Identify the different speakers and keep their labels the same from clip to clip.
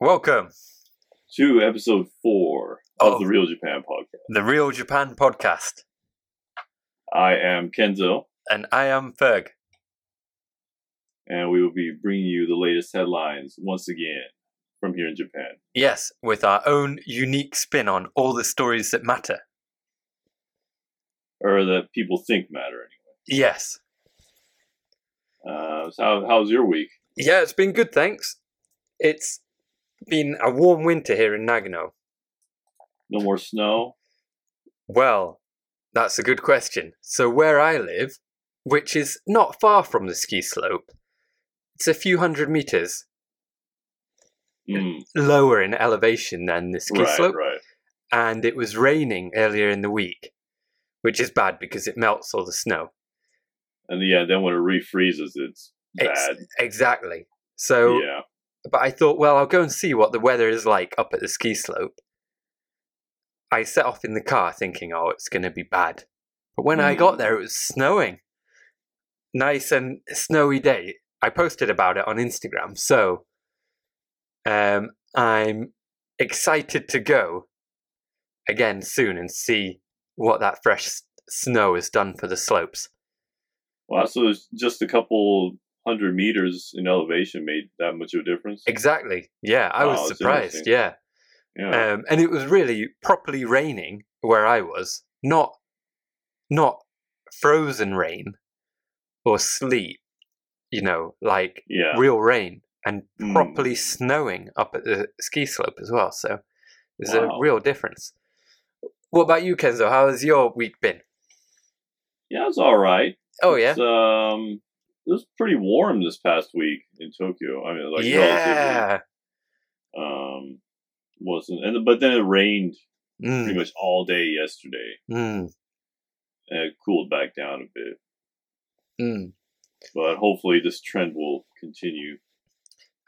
Speaker 1: Welcome,
Speaker 2: to episode four of
Speaker 1: Oh.
Speaker 2: the Real Japan podcast.
Speaker 1: the Real Japan podcast,
Speaker 2: I am Kenzo,
Speaker 1: and I am Ferg.
Speaker 2: and we will be bringing you the latest headlines once again from here in Japan.
Speaker 1: Yes, with our own unique spin on all the stories that matter.
Speaker 2: Or that people think matter
Speaker 1: Yes.
Speaker 2: anyway. Uh, so how, how's your week?
Speaker 1: Yeah, it's been good, thanks. It's been a warm winter here in Nagano.
Speaker 2: No more snow?
Speaker 1: Well, that's a good question. So, where I live, which is not far from the ski slope, it's a few hundred meters
Speaker 2: Mm,
Speaker 1: lower in elevation than the ski
Speaker 2: right,
Speaker 1: slope.
Speaker 2: right.
Speaker 1: and it was raining earlier in the week, which is bad because it melts all the snow.
Speaker 2: And yeah, then when it refreezes, it's bad.
Speaker 1: It's- Exactly. So,
Speaker 2: yeah.
Speaker 1: but I thought, well, I'll go and see what the weather is like up at the ski slope. I set off in the car thinking, oh, it's going to be bad. But when I
Speaker 2: Hmm.
Speaker 1: got there, it was snowing. Nice and snowy day. I posted about it on Instagram. So, um, I'm excited to go again soon and see what that fresh s- snow has done for the slopes.
Speaker 2: Wow, so there's just a couple hundred meters in elevation made that much of a difference?
Speaker 1: Exactly. Yeah, I
Speaker 2: Wow,
Speaker 1: was
Speaker 2: it's
Speaker 1: surprised.
Speaker 2: interesting.
Speaker 1: Yeah.
Speaker 2: Yeah.
Speaker 1: um, and it was really properly raining where I was, not not frozen rain or sleet, you know, like
Speaker 2: yeah.
Speaker 1: real rain, and
Speaker 2: Mm.
Speaker 1: properly snowing up at the ski slope as well. So there's
Speaker 2: Wow.
Speaker 1: a real difference. What about you, Kenzo? How has your week been?
Speaker 2: Yeah, it's all right.
Speaker 1: Oh yeah,
Speaker 2: It's, um, it was pretty warm this past week in Tokyo. I mean, like relatively,
Speaker 1: yeah.
Speaker 2: um, wasn't and but then it rained pretty
Speaker 1: Mm,
Speaker 2: much all day yesterday,
Speaker 1: mm,
Speaker 2: and it cooled back down a bit.
Speaker 1: mm.
Speaker 2: But hopefully, this trend will continue.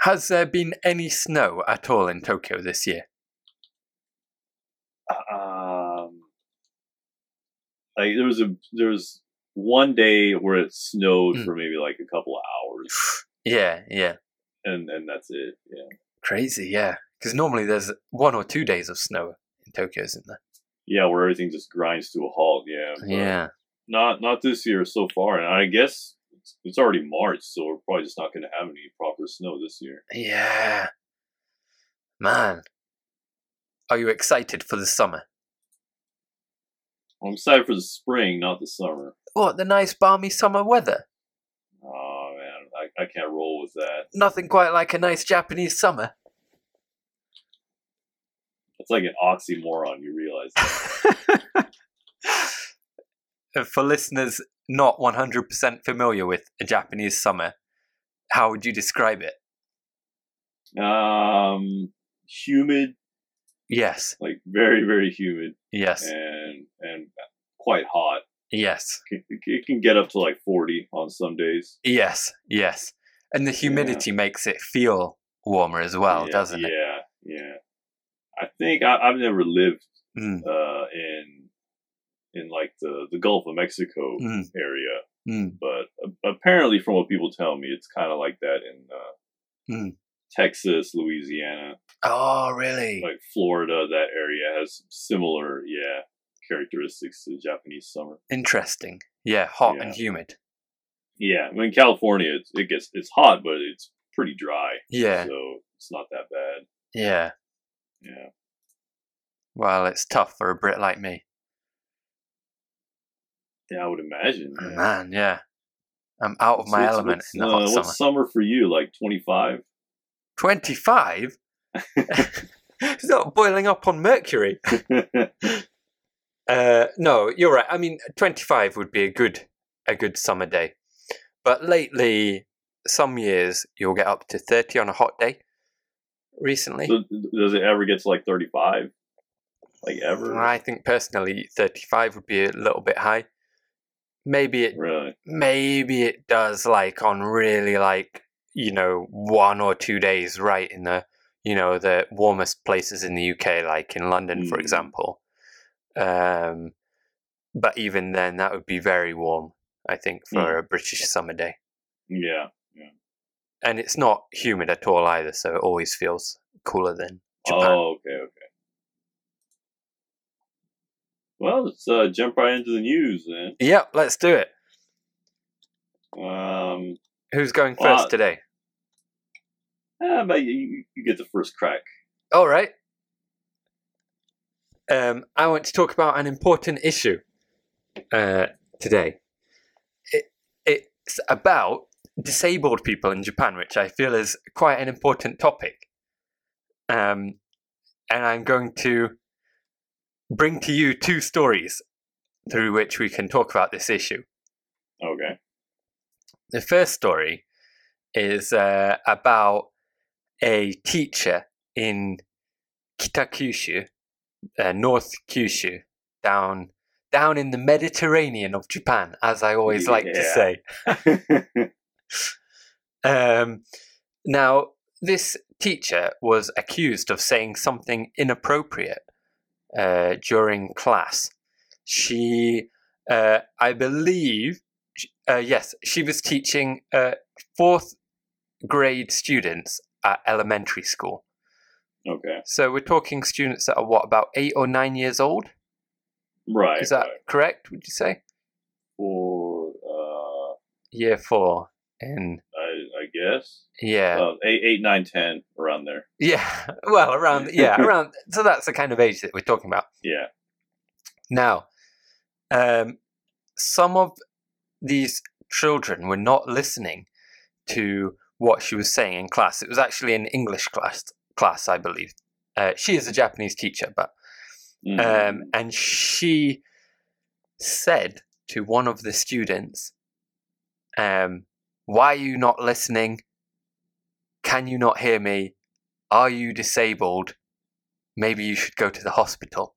Speaker 1: Has there been any snow at all in Tokyo this year?
Speaker 2: Um, like there was a there was one day where it snowed
Speaker 1: Mm.
Speaker 2: for maybe like a couple hours,
Speaker 1: Yeah, yeah.
Speaker 2: and and that's it. Yeah,
Speaker 1: Crazy, yeah. Because normally there's one or two days of snow in Tokyo, isn't there?
Speaker 2: yeah, where everything just grinds to a halt. Yeah, but-
Speaker 1: Yeah.
Speaker 2: not not this year so far, and I guess it's, it's already March, so we're probably just not going to have any proper snow this year.
Speaker 1: Yeah. Man. Are you excited for the summer?
Speaker 2: I'm excited for the spring, not the summer.
Speaker 1: What, the nice balmy summer weather?
Speaker 2: Oh man, I, I can't roll with that.
Speaker 1: Nothing quite like a nice Japanese summer.
Speaker 2: It's like an oxymoron. You realize? that.
Speaker 1: for listeners not 100% familiar with a Japanese summer, how would you describe it?
Speaker 2: um, humid,
Speaker 1: Yes,
Speaker 2: like very very humid,
Speaker 1: yes,
Speaker 2: and and quite hot.
Speaker 1: yes,
Speaker 2: It, it can get up to like 40 on some days.
Speaker 1: yes, yes. And the humidity makes it feel warmer as well,
Speaker 2: yeah,
Speaker 1: doesn't it?
Speaker 2: Yeah, yeah. I think I, I've never lived
Speaker 1: Mm,
Speaker 2: uh, in in like the the Gulf of Mexico
Speaker 1: Mm.
Speaker 2: area,
Speaker 1: mm.
Speaker 2: but a- apparently, from what people tell me, it's kind of like that in uh,
Speaker 1: Mm.
Speaker 2: Texas, Louisiana,
Speaker 1: Oh, really?
Speaker 2: like Florida. That area has similar, yeah, characteristics to the Japanese summer.
Speaker 1: Interesting. Yeah, hot and
Speaker 2: Yeah.
Speaker 1: humid.
Speaker 2: Yeah, I mean California, it's, it gets it's hot, but it's pretty dry,
Speaker 1: Yeah,
Speaker 2: so it's not that bad.
Speaker 1: yeah.
Speaker 2: Yeah,
Speaker 1: Well, it's tough for a Brit like me.
Speaker 2: yeah, I would imagine. man.
Speaker 1: Man, yeah. I'm out of
Speaker 2: So
Speaker 1: my
Speaker 2: what's-
Speaker 1: element
Speaker 2: what's,
Speaker 1: in the
Speaker 2: uh,
Speaker 1: hot summer.
Speaker 2: what's summer for you? Like twenty five?
Speaker 1: 25? it's not boiling up on mercury. Uh, no, you're right. I mean, 25 would be a good a good summer day. But lately, some years you'll get up to 30 on a hot day. Recently,
Speaker 2: So th- does it ever get to like 35? Like ever?
Speaker 1: I think personally 35 would be a little bit high. Maybe it
Speaker 2: Really?
Speaker 1: maybe it does like on really like you know one or two days right in the you know the warmest places in the UK like in London for
Speaker 2: Mm.
Speaker 1: example um but even then
Speaker 2: Mm.
Speaker 1: that would be very warm I think for a British summer day
Speaker 2: Yeah.
Speaker 1: and it's not humid at all either, so it always feels cooler than Japan.
Speaker 2: Oh, okay, okay. Well, let's uh, jump right into the news then.
Speaker 1: Yep, let's do it.
Speaker 2: Um,
Speaker 1: Who's going
Speaker 2: Well,
Speaker 1: first today?
Speaker 2: eh, but you- you, you get the first crack.
Speaker 1: All right. Um, I want to talk about an important issue uh, today. It, it's about disabled people in Japan, which I feel is quite an important topic. Um, and I'm going to bring to you two stories through which we can talk about this issue.
Speaker 2: Okay.
Speaker 1: The first story is uh, about a teacher in Kitakyushu, uh, North Kyushu, down down in the Mediterranean of Japan, as I always like to
Speaker 2: Yeah.
Speaker 1: say. Um, now, this teacher was accused of saying something inappropriate uh, during class. She, uh, I believe, sh- uh, yes, she was teaching uh, fourth grade students at elementary school.
Speaker 2: okay.
Speaker 1: So we're talking students that are what, about eight or nine years old?
Speaker 2: Right.
Speaker 1: Is that
Speaker 2: right.
Speaker 1: correct, would you say?
Speaker 2: For uh,
Speaker 1: Year four. In,
Speaker 2: I, I guess
Speaker 1: yeah.
Speaker 2: uh, eight, eight, nine, ten around there.
Speaker 1: Yeah. Well, around, yeah, around. So that's the kind of age that we're talking about.
Speaker 2: Yeah.
Speaker 1: Now, um, some of these children were not listening to what she was saying in class. It was actually an English class, class I believe. Uh, she is a Japanese teacher, but
Speaker 2: Mhm.
Speaker 1: um, and she said to one of the students, um, "Why are you not listening? Can you not hear me? Are you disabled? Maybe you should go to the hospital."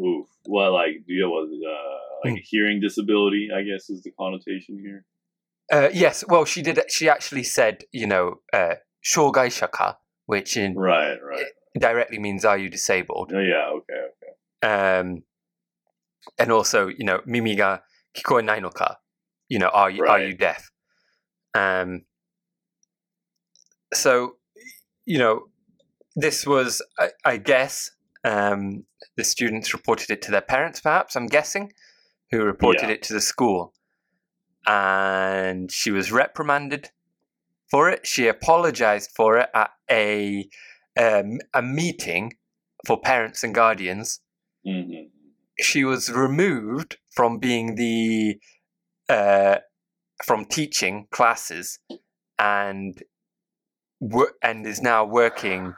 Speaker 2: Oof. Well, like deal with uh, like
Speaker 1: Hmm.
Speaker 2: hearing disability, I guess is the connotation here.
Speaker 1: Uh, yes, well, she did. She actually said, you know, uh, "shogai shaka," which in
Speaker 2: Right. Right.
Speaker 1: directly means "Are you disabled?"
Speaker 2: Oh, yeah. Okay.
Speaker 1: Um, and also, you know, "mimi ga kikoenai no ka," you know, "Are you are
Speaker 2: Right.
Speaker 1: you deaf?" Um, so, you know, this was, I, I guess, um, the students reported it to their parents, perhaps. I'm guessing, who reported
Speaker 2: Yeah.
Speaker 1: it to the school, and she was reprimanded for it. She apologized for it at a um, a meeting for parents and guardians.
Speaker 2: hmm
Speaker 1: She was removed from being the uh, from teaching classes and wo- and is now working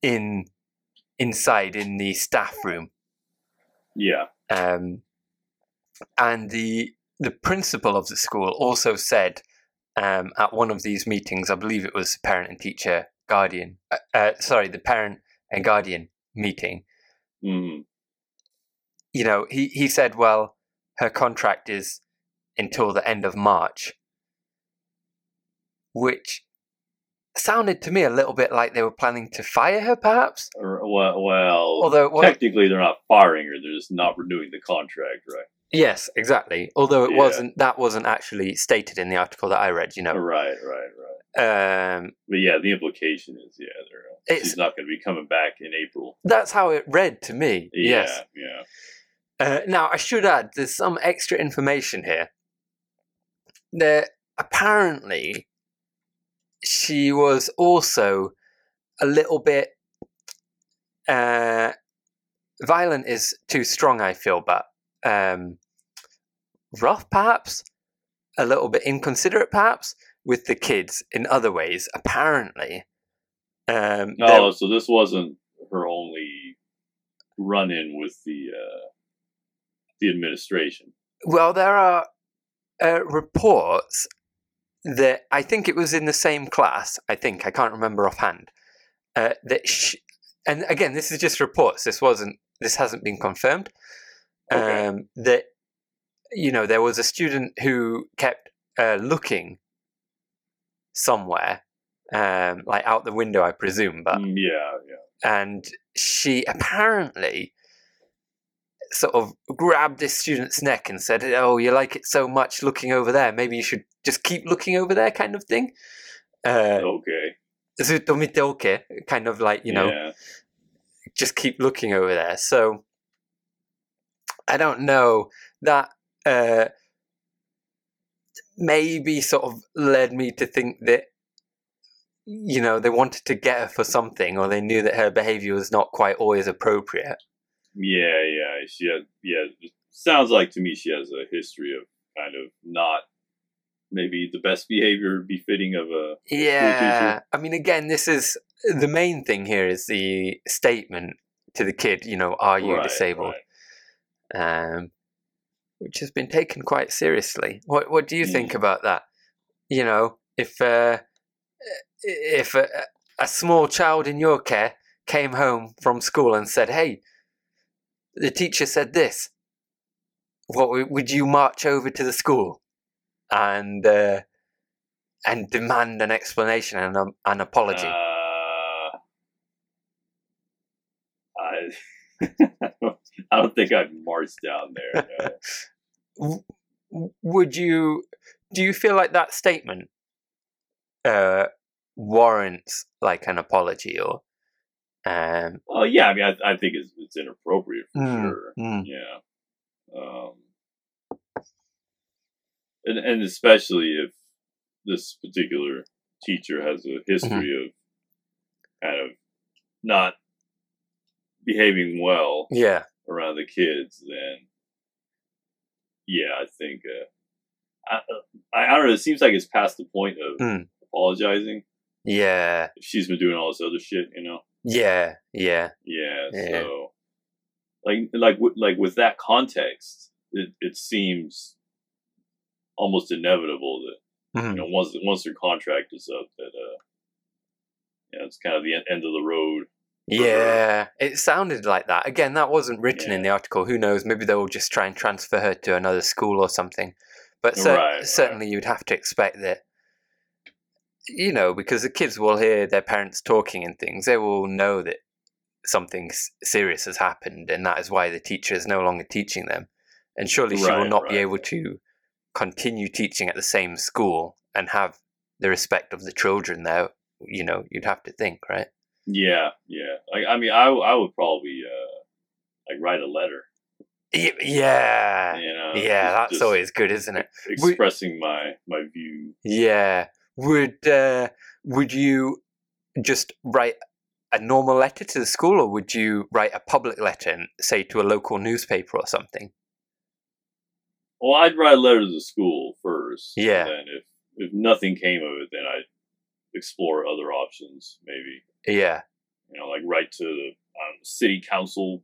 Speaker 1: in inside in the staff room
Speaker 2: Yeah.
Speaker 1: um, and the the principal of the school also said um, at one of these meetings, I believe it was parent and teacher guardian, uh, uh, sorry, the parent and guardian meeting.
Speaker 2: hmm
Speaker 1: You know, he he said, well, her contract is until the end of March, which sounded to me a little bit like they were planning to fire her, perhaps.
Speaker 2: Or- Well, well
Speaker 1: Although, what I-
Speaker 2: technically they're not firing her; they're just not renewing the contract, right?
Speaker 1: yes, exactly. Although it
Speaker 2: Yeah.
Speaker 1: wasn't that wasn't actually stated in the article that I read. You know,
Speaker 2: Right, right, right.
Speaker 1: um,
Speaker 2: But yeah, the implication is, yeah, they're, uh,
Speaker 1: It's-
Speaker 2: she's not going to be coming back in April.
Speaker 1: That's how it read to me.
Speaker 2: Yeah,
Speaker 1: Yes.
Speaker 2: yeah.
Speaker 1: Uh, now I should add, there's some extra information here. There apparently she was also a little bit uh, violent is too strong. I feel, but um, rough, perhaps a little bit inconsiderate, perhaps with the kids in other ways. Apparently, um, there-
Speaker 2: Oh, so this wasn't her only run-in with the uh, the administration.
Speaker 1: Well, there are uh, reports that I think it was in the same class. I think I can't remember offhand. Uh, that she, and again, this is just reports. This wasn't. This hasn't been confirmed.
Speaker 2: Okay.
Speaker 1: Um, that you know there was a student who kept uh, looking somewhere, um, like out the window, I presume, but
Speaker 2: Mm, yeah, yeah.
Speaker 1: and she apparently sort of grabbed this student's neck and said, "Oh, you like it so much looking over there. Maybe you should just keep looking over there," kind of thing. Uh,
Speaker 2: Okay.
Speaker 1: "Zutto mite oke," kind of like you know,
Speaker 2: Yeah.
Speaker 1: just keep looking over there. So I don't know that uh, maybe sort of led me to think that you know they wanted to get her for something, or they knew that her behaviour was not quite always appropriate.
Speaker 2: Yeah, yeah. She had, yeah. it Sounds like to me she has a history of kind of not maybe the best behavior befitting of a.
Speaker 1: Yeah, I mean, again, this is the main thing here is the statement to the kid. You know, are you
Speaker 2: Right,
Speaker 1: disabled?
Speaker 2: right.
Speaker 1: um, which has been taken quite seriously. What What do you think about that? You know, if uh, if a, a small child in your care came home from school and said, "Hey, the teacher said this," what w- would you march over to the school and uh, and demand an explanation and um, an apology?
Speaker 2: Uh, I, I don't think I'd march down there. no.
Speaker 1: w- would you do you feel like that statement uh warrants like an apology or um
Speaker 2: Well, yeah, I mean, I, I think it's, it's inappropriate for
Speaker 1: Mm,
Speaker 2: sure.
Speaker 1: mm.
Speaker 2: Yeah. Um, and, and especially if this particular teacher has a
Speaker 1: Mm-hmm.
Speaker 2: history of kind of not behaving well
Speaker 1: yeah
Speaker 2: around the kids, then yeah, I think uh, I, uh, I, I don't know. It seems like it's past the point of
Speaker 1: Mm.
Speaker 2: apologizing
Speaker 1: yeah
Speaker 2: if she's been doing all this other shit, you know.
Speaker 1: yeah yeah
Speaker 2: Yeah,
Speaker 1: Yeah.
Speaker 2: So, like, like, with- like with that context, it, it seems almost inevitable that
Speaker 1: Mhm.
Speaker 2: you know once once their contract is up, that uh, you know, it's kind of the en- end of the road.
Speaker 1: yeah it sounded like that again that wasn't written in the article who knows maybe they'll just try and transfer her to another school or something but cer-
Speaker 2: Right, right.
Speaker 1: certainly you'd have to expect that you know because the kids will hear their parents talking and things they will know that something s- serious has happened and that is why the teacher is no longer teaching them and surely she will
Speaker 2: Right,
Speaker 1: not be
Speaker 2: right.
Speaker 1: able to continue teaching at the same school and have the respect of the children there you know you'd have to think right
Speaker 2: Yeah, yeah. Like, I mean, I w- I would probably uh, like write a letter.
Speaker 1: Y- yeah
Speaker 2: You know,
Speaker 1: Yeah,
Speaker 2: just-
Speaker 1: that's
Speaker 2: just
Speaker 1: always good, isn't it? We-
Speaker 2: expressing my my view.
Speaker 1: Yeah. Would uh, would you just write a normal letter to the school, or would you write a public letter and say to a local newspaper or something?
Speaker 2: Well, I'd write a letter to the school first. and
Speaker 1: Yeah.
Speaker 2: then if if nothing came of it, then I'd explore other options. Maybe
Speaker 1: Yeah.
Speaker 2: you know, like write to the um, city council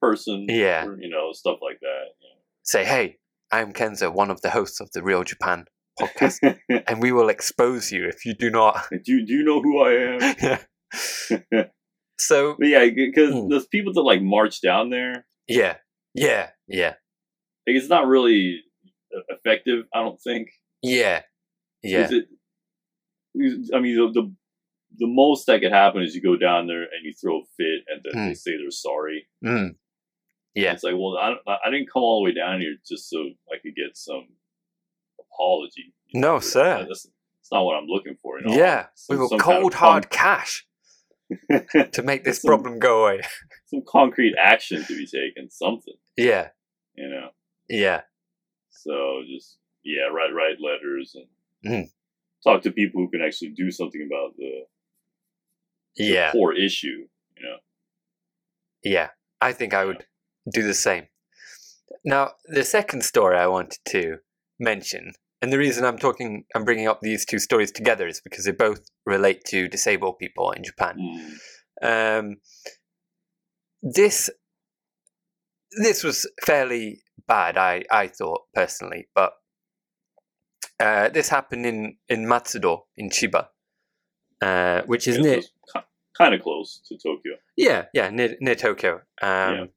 Speaker 2: person.
Speaker 1: Yeah.
Speaker 2: or, you know, stuff like that. you
Speaker 1: Say, hey, I'm Kenzo, one of the hosts of the Real Japan podcast,
Speaker 2: know.
Speaker 1: and we will expose you if you do not.
Speaker 2: do you- do you know who I am?
Speaker 1: yeah.
Speaker 2: but
Speaker 1: So
Speaker 2: yeah, because
Speaker 1: Hmm.
Speaker 2: those people that like march down there,
Speaker 1: yeah, yeah, yeah,
Speaker 2: like, it's not really e, effective. I don't think.
Speaker 1: yeah, yeah.
Speaker 2: Is it, is- I mean, the, the the most that could happen is you go down there and you throw a fit, and then they say they're sorry.
Speaker 1: Mm. Hmm. Yeah.
Speaker 2: It's like, well, I don't- I didn't come all the way down here just so I could get some apology.
Speaker 1: No, sir.
Speaker 2: That's, that's not what I'm looking for. you know?
Speaker 1: Yeah, we
Speaker 2: Some-
Speaker 1: will
Speaker 2: some kind of
Speaker 1: cold hard cash to make this
Speaker 2: Some-
Speaker 1: problem go away.
Speaker 2: Some concrete action to be taken, something,
Speaker 1: Yeah,
Speaker 2: you know.
Speaker 1: yeah,
Speaker 2: So just yeah, write write letters and
Speaker 1: Mm.
Speaker 2: talk to people who can actually do something about the, the
Speaker 1: yeah.
Speaker 2: core issue. You know.
Speaker 1: Yeah, I think I would do the same. Now, the second story I wanted to mention, and the reason I'm talking, I'm bringing up these two stories together is because they both relate to disabled people in Japan.
Speaker 2: Mm.
Speaker 1: Um, this this was fairly bad, I I thought personally, but uh, this happened in in Matsudo in Chiba, uh, which is near
Speaker 2: kind of close to Tokyo?
Speaker 1: yeah, yeah, near, near Tokyo. Um,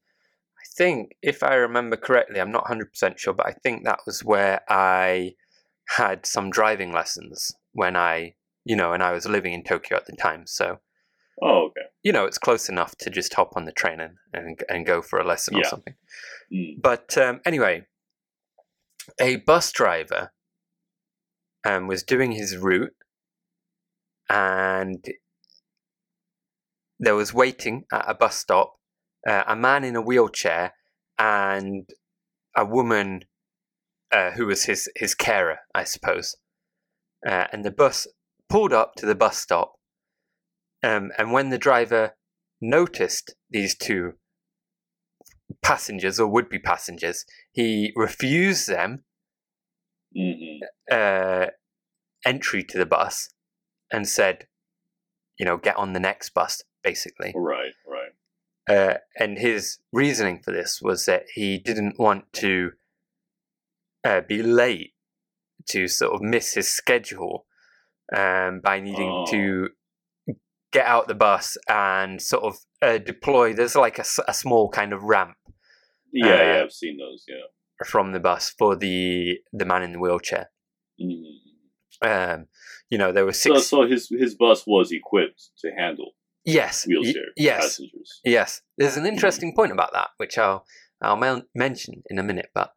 Speaker 1: I think, if I remember correctly, I'm not 100% sure, but I think that was where I had some driving lessons when I, you know, and I was living in Tokyo at the time. So
Speaker 2: Oh, okay.
Speaker 1: you know, it's close enough to just hop on the train and and, and go for a lesson or
Speaker 2: Yeah.
Speaker 1: something.
Speaker 2: Mm.
Speaker 1: But um, anyway, a bus driver um, was doing his route, and there was waiting at a bus stop uh, a man in a wheelchair and a woman uh, who was his his carer, I suppose. Uh, and the bus pulled up to the bus stop, um, and when the driver noticed these two passengers or would be passengers. He refused them
Speaker 2: hmm
Speaker 1: uh, entry to the bus and said, you know, get on the next bus, basically.
Speaker 2: Right, right.
Speaker 1: Uh, and his reasoning for this was that he didn't want to uh, be late to sort of miss his schedule um, by needing
Speaker 2: Oh.
Speaker 1: to get out the bus and sort of uh, deploy. There's like a, s- a small kind of ramp
Speaker 2: Yeah,
Speaker 1: Uh,
Speaker 2: yeah, I've seen those. Yeah.
Speaker 1: from the bus for the the man in the wheelchair.
Speaker 2: hmm
Speaker 1: Um, you know, there were
Speaker 2: So,
Speaker 1: six.
Speaker 2: so his his bus was equipped to handle
Speaker 1: yes, y-
Speaker 2: wheelchair
Speaker 1: yes,
Speaker 2: passengers.
Speaker 1: yes. There's an interesting point about that, which I'll I'll men- mention in a minute. But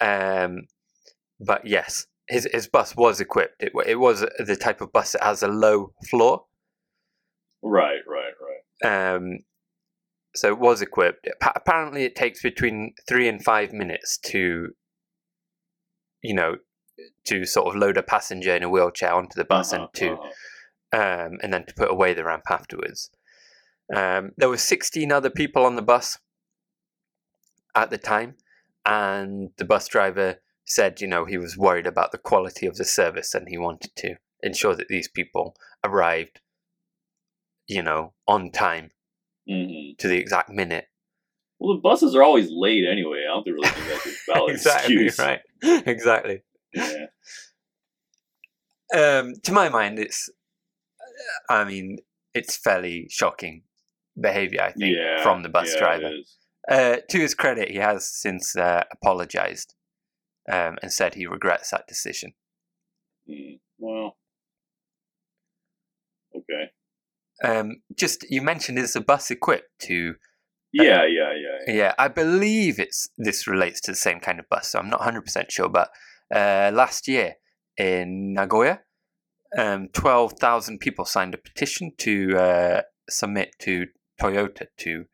Speaker 1: um, but yes, his his bus was equipped. It wa- it was the type of bus that has a low floor.
Speaker 2: Right, right, right.
Speaker 1: Um, so it was equipped. Appa- apparently, it takes between three and five minutes to, you know, to sort of load a passenger in a wheelchair onto the bus
Speaker 2: Uh-huh,
Speaker 1: and to
Speaker 2: uh-huh.
Speaker 1: um, and then to put away the ramp afterwards. Um, there were 16 other people on the bus at the time, and the bus driver said, you know, he was worried about the quality of the service and he wanted to ensure that these people arrived, you know, on time
Speaker 2: Mhm.
Speaker 1: to the exact minute.
Speaker 2: Well, the buses are always late anyway. I don't think really think that's a valid excuse.
Speaker 1: right. exactly.
Speaker 2: Yeah.
Speaker 1: Um, to my mind, it's, I mean, it's fairly shocking behavior, I think,
Speaker 2: yeah.
Speaker 1: from the bus
Speaker 2: yeah, it
Speaker 1: driver.
Speaker 2: is.
Speaker 1: Uh, to his credit, he has since uh, apologized um, and said he regrets that decision.
Speaker 2: Mm. Well.
Speaker 1: Uh,
Speaker 2: Okay.
Speaker 1: Um, just you mentioned is the bus equipped to?
Speaker 2: Yeah, yeah, yeah.
Speaker 1: Yeah, I believe it's this relates to the same kind of bus, so I'm not 100 percent sure. But uh, last year in Nagoya, um, 12,000 people signed a petition to uh, submit to Toyota to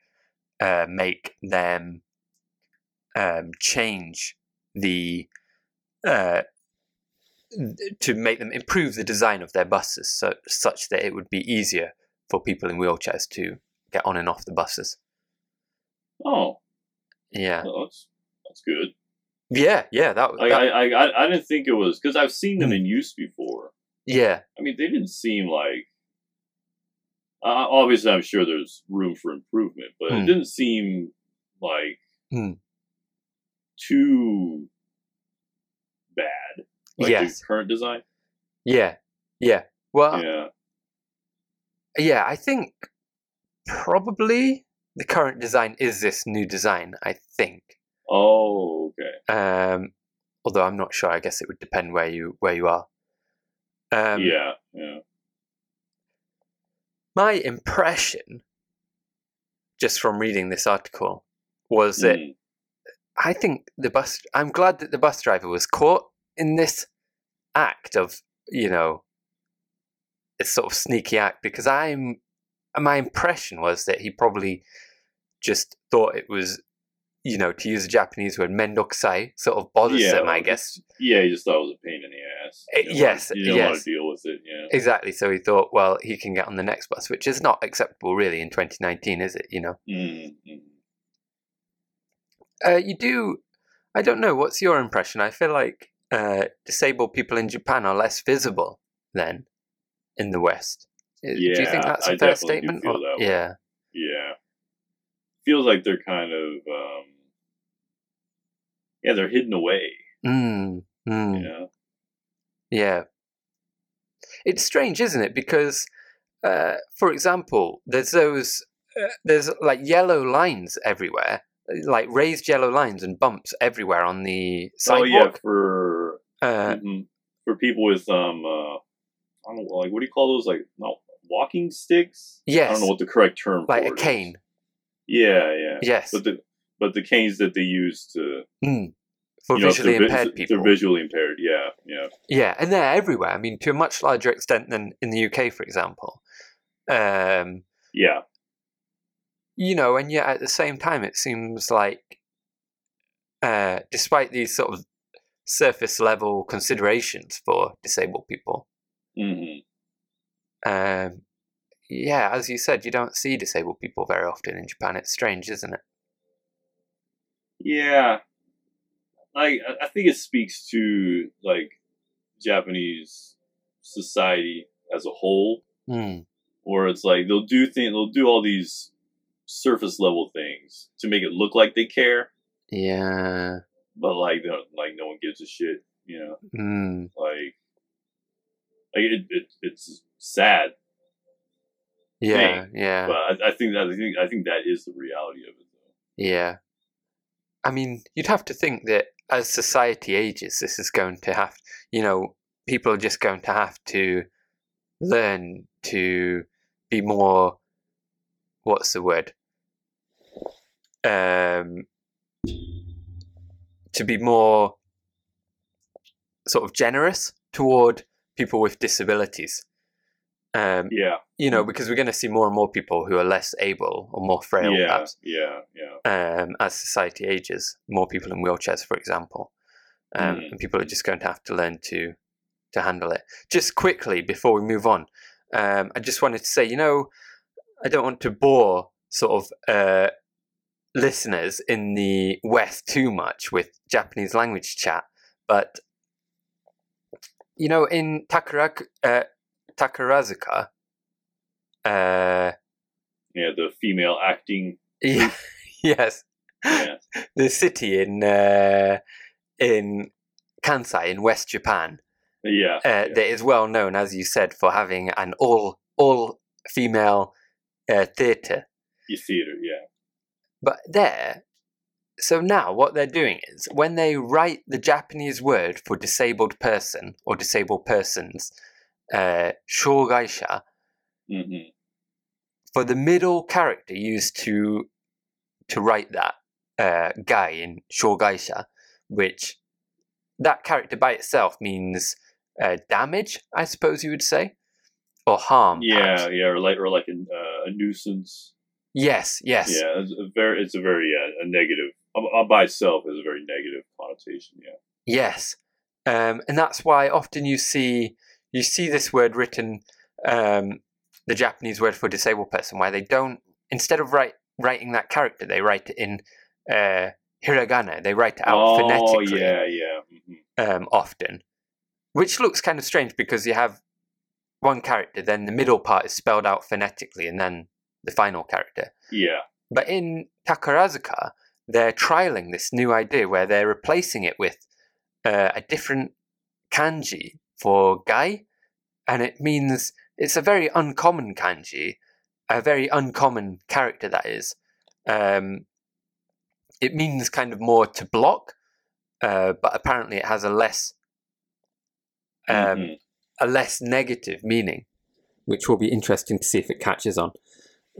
Speaker 1: uh, make them um, change the uh, to make them improve the design of their buses so, such that it would be easier for people in wheelchairs to get on and off the buses.
Speaker 2: Oh,
Speaker 1: Yeah,
Speaker 2: well, that's that's good.
Speaker 1: yeah, yeah. That,
Speaker 2: I,
Speaker 1: that Hmm.
Speaker 2: I, I, I- I didn't think it was because I've seen them in use before.
Speaker 1: yeah,
Speaker 2: I mean, they didn't seem like. Uh, obviously, I'm sure there's room for improvement, but
Speaker 1: Hmm.
Speaker 2: it didn't seem like
Speaker 1: Hmm.
Speaker 2: too bad. Like
Speaker 1: yes, Uh,
Speaker 2: the current design.
Speaker 1: yeah, yeah. Well,
Speaker 2: yeah.
Speaker 1: Yeah, I think probably the current design is this new design, I think.
Speaker 2: Oh, okay.
Speaker 1: Um, although I'm not sure, I guess it would depend where you where you are. Um,
Speaker 2: yeah, yeah.
Speaker 1: My impression, just from reading this article, was that
Speaker 2: Mm.
Speaker 1: I think the bus. I'm glad that the bus driver was caught in this act of you know this sort of sneaky act because I'm my impression was that he probably just thought it was you know to use a Japanese word mendokusai sort of bothersome I
Speaker 2: like
Speaker 1: guess
Speaker 2: it's- Yeah, he just thought it was a pain in the ass.
Speaker 1: Eh,
Speaker 2: You don't
Speaker 1: yes,
Speaker 2: wanna- you don't want
Speaker 1: yes.
Speaker 2: to deal with it. Yeah.
Speaker 1: exactly so he thought well he can get on the next bus which is not acceptable really in 2019 is it you know
Speaker 2: Mm, mm.
Speaker 1: uh, you do I don't know what's your impression I feel like uh, disabled people in Japan are less visible than in the West Uh, do you think
Speaker 2: Yeah,
Speaker 1: that's a
Speaker 2: I
Speaker 1: fair
Speaker 2: definitely do
Speaker 1: statement
Speaker 2: feel
Speaker 1: or-
Speaker 2: that way.
Speaker 1: yeah
Speaker 2: Yeah. Feels like they're kind of um yeah, they're hidden away,
Speaker 1: mm, mm.
Speaker 2: you know.
Speaker 1: Yeah. It's strange, isn't it? Because, uh, for example, there's those, uh, there's like yellow lines everywhere, uh, like raised yellow lines and bumps everywhere on the
Speaker 2: Oh yeah,
Speaker 1: sidewalk.
Speaker 2: for mm-hmm.
Speaker 1: Uh,
Speaker 2: mhm. for people with um uh I don't know, like what do you call those like no walking sticks. I
Speaker 1: Yes,
Speaker 2: don't know what the correct term
Speaker 1: like
Speaker 2: for
Speaker 1: a
Speaker 2: it is.
Speaker 1: cane.
Speaker 2: Yeah, yeah.
Speaker 1: Yes,
Speaker 2: But the but the canes that they use to
Speaker 1: Mm. for
Speaker 2: you know, if
Speaker 1: visually
Speaker 2: they're vi-
Speaker 1: impaired
Speaker 2: they're
Speaker 1: people.
Speaker 2: visually impaired. Yeah, yeah.
Speaker 1: Yeah, and they're everywhere. I mean, to a much larger extent than in the UK, for example. Um,
Speaker 2: Yeah.
Speaker 1: you know, and yet at the same time, it seems like, uh, despite these sort of surface level considerations for disabled people,
Speaker 2: hmm
Speaker 1: um, yeah, as you said, you don't see disabled people very often in Japan. It's strange, isn't it?
Speaker 2: Yeah. Like I- I think it speaks to like Japanese society as a whole
Speaker 1: Mm.
Speaker 2: where it's like they'll do thing they'll do all these surface level things to make it look like they care,
Speaker 1: Yeah.
Speaker 2: but like they don't- like no one gives a shit, you know.
Speaker 1: Mm.
Speaker 2: Like, like it, it, it's sad
Speaker 1: Yeah. Yeah.
Speaker 2: But I, I think that I think I think that is the reality of it. Though.
Speaker 1: Yeah. I mean, you'd have to think that as society ages, this is going to have, you know, people are just going to have to learn to be more, what's the word? Um, to be more sort of generous toward people with disabilities. Um,
Speaker 2: Yeah,
Speaker 1: you know, because we're going to see more and more people who are less able or more frail,
Speaker 2: yeah,
Speaker 1: perhaps
Speaker 2: yeah, yeah.
Speaker 1: um, as society ages, more people in wheelchairs, for example, um,
Speaker 2: Mhm.
Speaker 1: and people are just going to have to learn to to handle it. Just quickly before we move on, um, I just wanted to say, you know, I don't want to bore sort of uh, listeners in the West too much with Japanese language chat, but you know, in Takaraku, uh, Takarazuka. Uh,
Speaker 2: Yeah, the female acting.
Speaker 1: yes,
Speaker 2: Yeah,
Speaker 1: the city in uh, in Kansai in West Japan
Speaker 2: yeah,
Speaker 1: uh, that is well known, as you said, for having an all all female uh, theatre.
Speaker 2: yeah. theater. Yeah,
Speaker 1: But there, so now what they're doing is when they write the Japanese word for disabled person or disabled persons, uh, shogaisha,
Speaker 2: hmm
Speaker 1: for the middle character used to to write that uh, guy in shogaisha, which that character by itself means uh, damage, I suppose you would say, or harm.
Speaker 2: yeah,
Speaker 1: perhaps.
Speaker 2: yeah. Or like, or like an, uh, a nuisance.
Speaker 1: Yes. Yes.
Speaker 2: Yeah, it's a very, it's a very uh, a negative. Um, uh, by itself is a very negative connotation. Yeah.
Speaker 1: Yes, um, and that's why often you see you see this word written, um, the Japanese word for disabled person, where they don't instead of write, writing that character, they write it in uh, hiragana. They write it out
Speaker 2: oh
Speaker 1: phonetically
Speaker 2: yeah, yeah. hmm
Speaker 1: um, often, which looks kind of strange because you have one character, then the middle part is spelled out phonetically, and then the final character.
Speaker 2: Yeah,
Speaker 1: But in Takarazuka, they're trialing this new idea where they're replacing it with uh, a different kanji for guy, and it means it's a very uncommon kanji, a very uncommon character that is. Um, it means kind of more to block, uh, but apparently it has a less um,
Speaker 2: Mhm.
Speaker 1: a less negative meaning, which will be interesting to see if it catches on.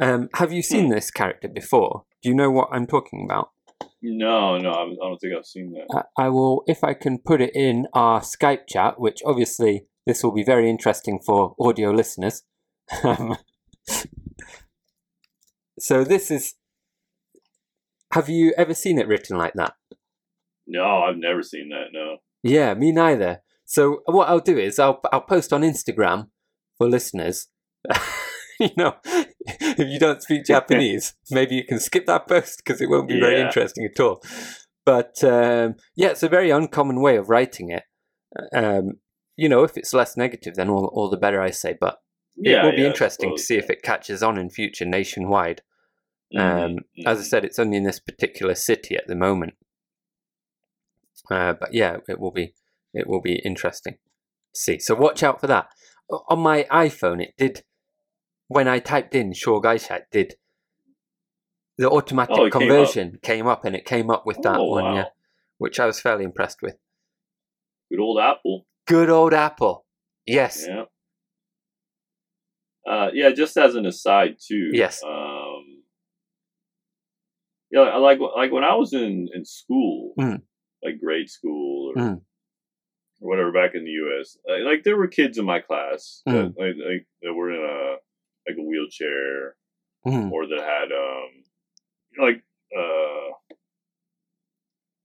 Speaker 1: Um, have you seen this character before? Do you know what I'm talking about? Uh,
Speaker 2: No, no, I, I don't think I've seen that.
Speaker 1: I- I will, if I can put it in our Skype chat, which obviously this will be very interesting for audio listeners. Um, so this is. Have you ever seen it written like that?
Speaker 2: No, I've never seen that. No.
Speaker 1: Yeah, me neither. So what I'll do is I'll I'll post on Instagram for listeners. you know, if you don't speak Japanese, maybe you can skip that post because it won't be very
Speaker 2: Yeah.
Speaker 1: interesting at all. But um, yeah, it's a very uncommon way of writing it. Um, you know, if it's less negative, then all all the better, I say. But it
Speaker 2: Yeah,
Speaker 1: will be
Speaker 2: yeah, I
Speaker 1: interesting to
Speaker 2: suppose,
Speaker 1: see if it catches on in future nationwide. Um,
Speaker 2: Mhm,
Speaker 1: as I
Speaker 2: mhm.
Speaker 1: said, it's only in this particular city at the moment. Uh, but yeah, it will be it will be interesting to see. So watch out for that. O- On my iPhone, it did when I typed in Shogaisha, it did the automatic
Speaker 2: Oh, it came up.
Speaker 1: conversion came up. and it came up with that
Speaker 2: Oh,
Speaker 1: one, yeah, which I was fairly impressed with.
Speaker 2: Good old Apple.
Speaker 1: Good old Apple. Yes,
Speaker 2: Yeah. Uh, yeah, just as an aside too.
Speaker 1: Yes.
Speaker 2: Um, yeah, I like like when I was in in school,
Speaker 1: Mm.
Speaker 2: like grade school or,
Speaker 1: Mm.
Speaker 2: or whatever back in the U.S. Like, like there were kids in my class
Speaker 1: Mm.
Speaker 2: that like, like that were in a like a wheelchair
Speaker 1: Mm.
Speaker 2: or that had um you know, like uh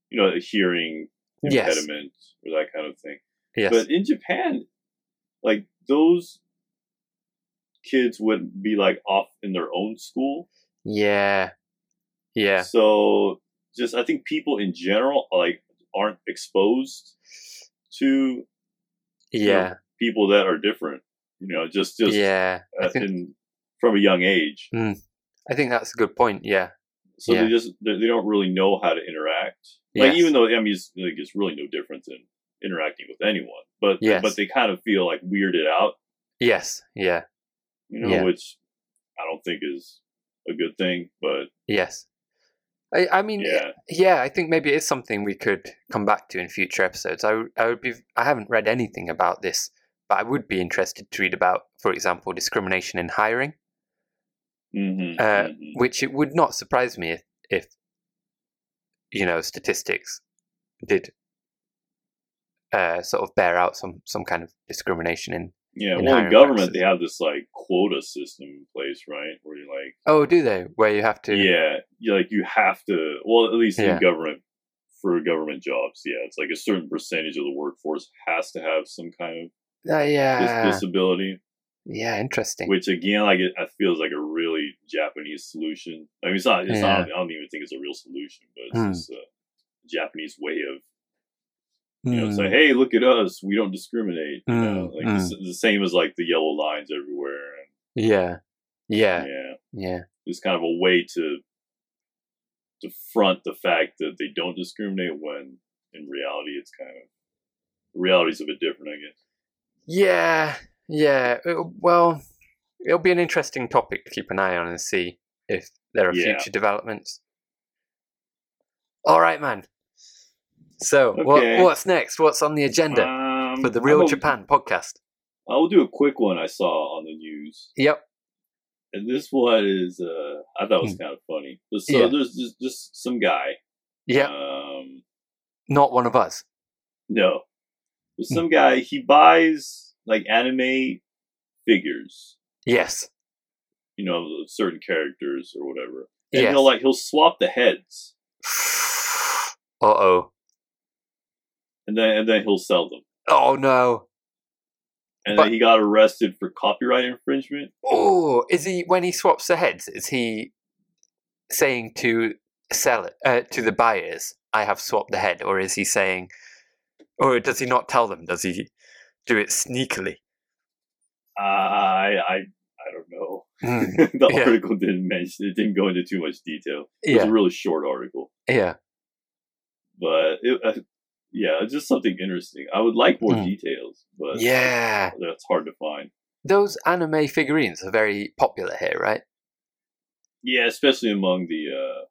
Speaker 2: you know a hearing
Speaker 1: Yes.
Speaker 2: impediment or that kind of thing.
Speaker 1: Yes.
Speaker 2: But in Japan, like those kids would be like off in their own school.
Speaker 1: yeah. Yeah.
Speaker 2: So just I think people in general like aren't exposed to
Speaker 1: Yeah.
Speaker 2: people that are different. You know, just just
Speaker 1: Yeah. I
Speaker 2: uh,
Speaker 1: think
Speaker 2: in, from a young age.
Speaker 1: I think that's a good point. Yeah.
Speaker 2: So
Speaker 1: Yeah.
Speaker 2: they just they, they don't really know how to interact. Like
Speaker 1: Yes.
Speaker 2: even though I mean it's, like, it's really no different than interacting with anyone, but
Speaker 1: Yes.
Speaker 2: but they kind of feel like weirded out
Speaker 1: Yes. Yeah.
Speaker 2: you know,
Speaker 1: Yeah.
Speaker 2: which I don't think is a good thing. But
Speaker 1: Yes. I, I mean,
Speaker 2: yeah,
Speaker 1: Yeah, I think maybe it's something we could come back to in future episodes. I, w- I would be I haven't read anything about this, but I would be interested to read about, for example, discrimination in hiring,
Speaker 2: Mhm,
Speaker 1: Uh,
Speaker 2: mhm.
Speaker 1: which it would not surprise me if, if you know statistics did uh, sort of bear out some some kind of discrimination in.
Speaker 2: yeah.
Speaker 1: in
Speaker 2: Well, in
Speaker 1: hiring
Speaker 2: government,
Speaker 1: practices.
Speaker 2: they have this like quota system in place, right? Where you're like,
Speaker 1: Oh, do they? Where you have to?
Speaker 2: yeah, you like you have to. Well, at least
Speaker 1: Yeah.
Speaker 2: in government for government jobs, yeah, it's like a certain percentage of the workforce has to have some kind
Speaker 1: Ah,
Speaker 2: of dis-
Speaker 1: yeah.
Speaker 2: disability.
Speaker 1: yeah. Interesting.
Speaker 2: Which again, like it, it feels like a really Japanese solution. I mean, it's not. It's not. I don't even think it's a real solution, but it's
Speaker 1: Hmm.
Speaker 2: just a Japanese way of you know,
Speaker 1: Hmm.
Speaker 2: say, hey, look at us, we don't discriminate. You know,
Speaker 1: Mm,
Speaker 2: like the s The, same as like the yellow lines everywhere. And,
Speaker 1: yeah.
Speaker 2: yeah.
Speaker 1: Yeah. Yeah.
Speaker 2: it's kind of a way to to front the fact that they don't discriminate when in reality it's kind of the reality's a bit different, I guess.
Speaker 1: Yeah, yeah. It'll- Well, it'll be an interesting topic to keep an eye on and see if there are
Speaker 2: Yeah.
Speaker 1: future developments. All right, man. So, what,
Speaker 2: Okay.
Speaker 1: what's next? What's on the agenda
Speaker 2: Um,
Speaker 1: uh, for the Real
Speaker 2: I'm a-
Speaker 1: Japan podcast?
Speaker 2: I'll do a quick one I saw on the news.
Speaker 1: Yep.
Speaker 2: And this one is uh I thought it was kind of funny. But so
Speaker 1: Hmm. Yeah.
Speaker 2: there's just, just some guy.
Speaker 1: Yep.
Speaker 2: Um
Speaker 1: Not one of us.
Speaker 2: No. But some guy, he buys like anime figures,
Speaker 1: Yes.
Speaker 2: you know, of certain characters or whatever. And
Speaker 1: Yes.
Speaker 2: he'll like he'll swap the heads
Speaker 1: uh oh.
Speaker 2: and then and then he'll sell them.
Speaker 1: Oh no.
Speaker 2: And
Speaker 1: But-
Speaker 2: then he got arrested for copyright infringement.
Speaker 1: Oh, is he when he swaps the heads? Is he saying to sell it uh, to the buyers? I have swapped the head, or is he saying, or does he not tell them? Does he do it sneakily?
Speaker 2: I I I don't know.
Speaker 1: Mm,
Speaker 2: the
Speaker 1: Yeah.
Speaker 2: article didn't mention it didn't go into too much detail. It was
Speaker 1: yeah,
Speaker 2: a really short article.
Speaker 1: yeah,
Speaker 2: But it, uh, yeah, it's just something interesting. I would like more
Speaker 1: Mm.
Speaker 2: details, but
Speaker 1: yeah.
Speaker 2: that's hard to find.
Speaker 1: Those anime figurines are very popular here, right?
Speaker 2: Yeah, especially among the uh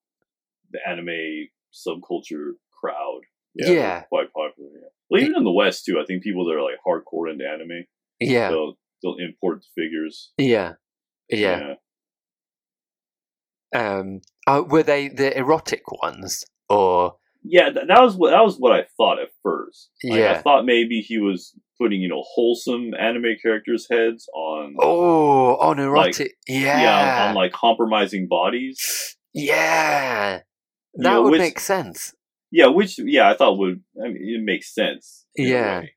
Speaker 2: the anime subculture crowd. they're
Speaker 1: Yeah.
Speaker 2: quite popular. Yeah. Well, even in the West too, I think people that are like hardcore into anime,
Speaker 1: Yeah,
Speaker 2: they'll they'll import the figures.
Speaker 1: yeah, yeah. Um, uh, were they the erotic ones, or
Speaker 2: yeah. Th- that was what that was what I thought at first. Like,
Speaker 1: Yeah.
Speaker 2: I thought maybe he was putting you know wholesome anime characters' heads on
Speaker 1: oh, on erotic?
Speaker 2: yeah,
Speaker 1: yeah,
Speaker 2: on like compromising bodies.
Speaker 1: Yeah.
Speaker 2: You
Speaker 1: That
Speaker 2: know,
Speaker 1: would
Speaker 2: with-
Speaker 1: make sense.
Speaker 2: Yeah, which yeah, I thought would I mean it makes sense. in a
Speaker 1: Yeah.
Speaker 2: way.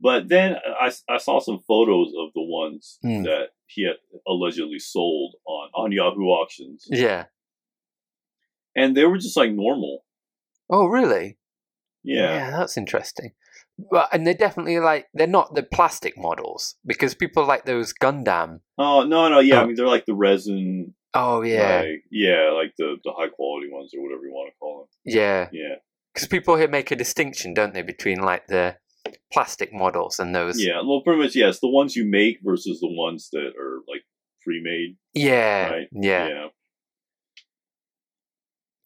Speaker 2: But then I, I saw some photos of the ones
Speaker 1: Hmm.
Speaker 2: that he had allegedly sold on on Yahoo auctions,
Speaker 1: Yeah.
Speaker 2: and they were just like normal.
Speaker 1: Oh, really?
Speaker 2: Yeah,
Speaker 1: that's interesting. But and they're definitely like they're not the plastic models because people like those Gundam.
Speaker 2: Oh no, no, yeah.
Speaker 1: Oh.
Speaker 2: I mean, they're like the resin.
Speaker 1: Oh yeah,
Speaker 2: Like, yeah, like the the high quality ones or whatever you want to call
Speaker 1: yeah.
Speaker 2: them. Yeah,
Speaker 1: Because people here make a distinction, don't they, between like the plastic models and those.
Speaker 2: yeah. Well, pretty much yes. the ones you make versus the ones that are like pre-made.
Speaker 1: Yeah,
Speaker 2: Right,
Speaker 1: yeah.
Speaker 2: yeah.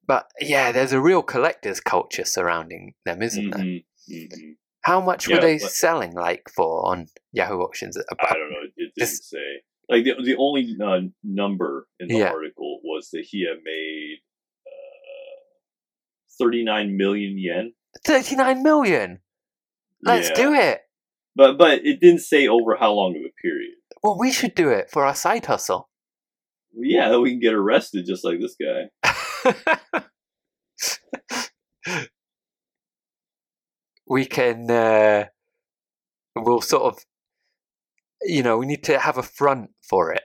Speaker 1: But yeah, there's a real collector's culture surrounding them, isn't there?
Speaker 2: Mhm, mhm.
Speaker 1: How much were
Speaker 2: Yeah,
Speaker 1: they
Speaker 2: but-
Speaker 1: selling like for on Yahoo auctions?
Speaker 2: I
Speaker 1: About
Speaker 2: don't know. It didn't
Speaker 1: This-
Speaker 2: say. Like the the only uh, number in the
Speaker 1: Yeah.
Speaker 2: article was that he had made uh, thirty nine million yen.
Speaker 1: 39 million. Let's
Speaker 2: Yeah.
Speaker 1: do it.
Speaker 2: But but it didn't say over how long of a period.
Speaker 1: Well, we should do it for our side hustle.
Speaker 2: Yeah, we can get arrested just like this guy.
Speaker 1: we can, uh, we'll sort of, you know, we need to have a front for it.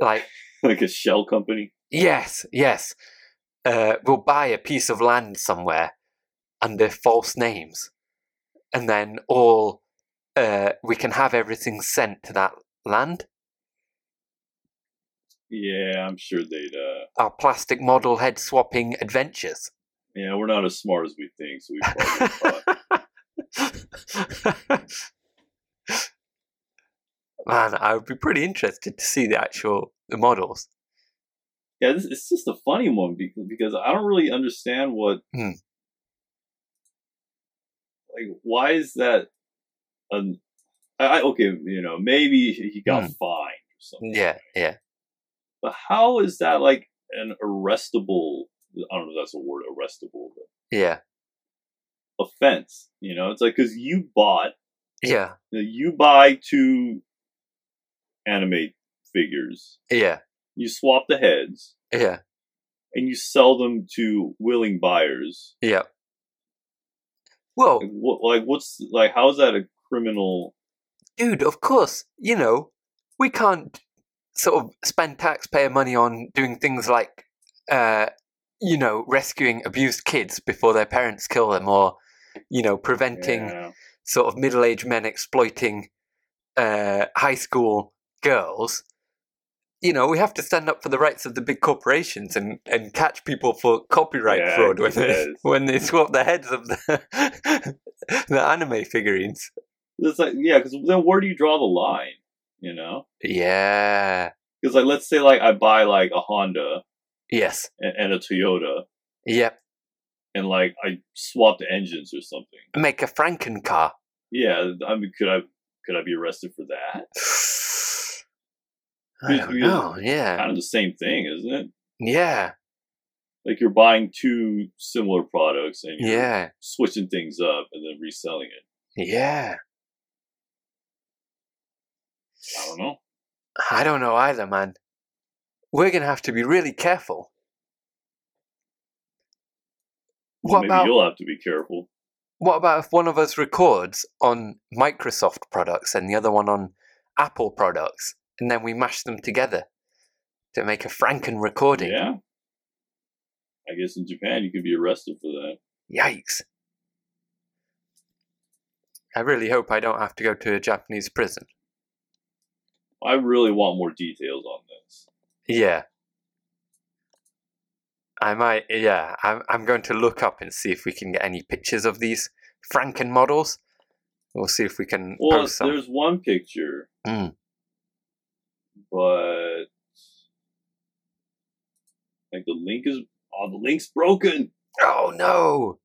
Speaker 1: Like,
Speaker 2: like a shell company.
Speaker 1: Yes, yes. Uh, we'll buy a piece of land somewhere under false names, and then all uh, we can have everything sent to that land.
Speaker 2: Yeah, I'm sure they'd. uh
Speaker 1: Our plastic model head swapping adventures.
Speaker 2: Yeah, we're not as smart as we think, so we probably get caught.
Speaker 1: Man, I would be pretty interested to see the actual the models.
Speaker 2: Yeah, this, it's just a funny one because because I don't really understand what
Speaker 1: Hmm.
Speaker 2: like why is that um I, I okay you know maybe he got
Speaker 1: Hmm.
Speaker 2: fined or something
Speaker 1: Yeah, yeah.
Speaker 2: but how is that like an arrestable I don't know if that's a word arrestable but
Speaker 1: Yeah,
Speaker 2: offense you know it's like because you bought
Speaker 1: yeah,
Speaker 2: you, know, you buy two anime figures
Speaker 1: yeah,
Speaker 2: you swap the heads
Speaker 1: yeah,
Speaker 2: and you sell them to willing buyers
Speaker 1: yeah. Whoa.
Speaker 2: Like, what, like what's like how's that a criminal
Speaker 1: dude, of course, you know, we can't sort of spend taxpayer money on doing things like, uh, you know, rescuing abused kids before their parents kill them or, you know, preventing
Speaker 2: Yeah.
Speaker 1: sort of middle aged men exploiting uh, high school girls. You know, we have to stand up for the rights of the big corporations and, and catch people for copyright
Speaker 2: Yeah,
Speaker 1: fraud when
Speaker 2: yes.
Speaker 1: they, when they swap the heads of the, the anime figurines.
Speaker 2: it's like yeah because then where do you draw the line you know
Speaker 1: Yeah.
Speaker 2: because like let's say like i buy like a honda
Speaker 1: Yes.
Speaker 2: and, and a toyota
Speaker 1: Yep.
Speaker 2: and like i swap the engines or something
Speaker 1: Make a Franken car.
Speaker 2: yeah i mean could i could i be arrested for that
Speaker 1: I
Speaker 2: Yes,
Speaker 1: don't
Speaker 2: yes.
Speaker 1: know. Yeah.
Speaker 2: kind of the same thing isn't it
Speaker 1: Yeah.
Speaker 2: like you're buying two similar products and you're
Speaker 1: Yeah.
Speaker 2: switching things up and then reselling it
Speaker 1: Yeah.
Speaker 2: i don't know
Speaker 1: I don't know either, man. We're going to have to be really careful. What
Speaker 2: maybe
Speaker 1: about
Speaker 2: you'll have to be careful
Speaker 1: what about if one of us records on Microsoft products and the other one on Apple products and then we mash them together to make a Franken recording?
Speaker 2: yeah i guess in japan you could be arrested for that
Speaker 1: Yikes. I really hope I don't have to go to a Japanese prison.
Speaker 2: I really want more details on this.
Speaker 1: Yeah. I might, yeah. I'm, I'm going to look up and see if we can get any pictures of these Franken models. We'll see if we can
Speaker 2: Well,
Speaker 1: post some.
Speaker 2: there's one picture,
Speaker 1: Mm.
Speaker 2: but like the link is oh the link's broken.
Speaker 1: Oh no!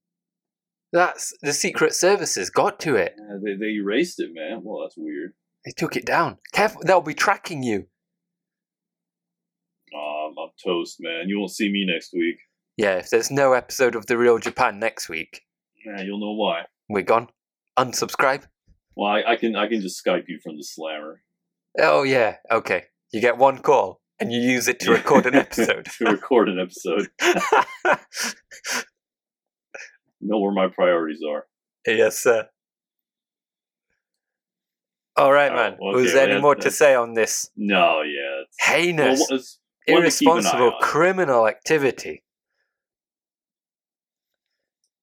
Speaker 1: That's the Secret Services got to it.
Speaker 2: Yeah, they they erased it, man. Well, that's weird.
Speaker 1: They took it down. Careful, they'll be tracking you.
Speaker 2: Um, I'm toast, man. You won't see me next week.
Speaker 1: Yeah, if there's no episode of The Real Japan next week,
Speaker 2: Yeah, you'll know why.
Speaker 1: we're gone. Unsubscribe.
Speaker 2: Well, I, I can I can just Skype you from the slammer
Speaker 1: Oh yeah, okay. You get one call and you use it to record an episode.
Speaker 2: to record an episode. Know where my priorities are.
Speaker 1: Yes, sir. All right,
Speaker 2: Oh,
Speaker 1: man.
Speaker 2: okay,
Speaker 1: Was there any
Speaker 2: well,
Speaker 1: more to
Speaker 2: that's-
Speaker 1: say on this
Speaker 2: No, yeah, it's,
Speaker 1: heinous,
Speaker 2: well, it's one to keep an eye
Speaker 1: irresponsible
Speaker 2: on.
Speaker 1: criminal activity?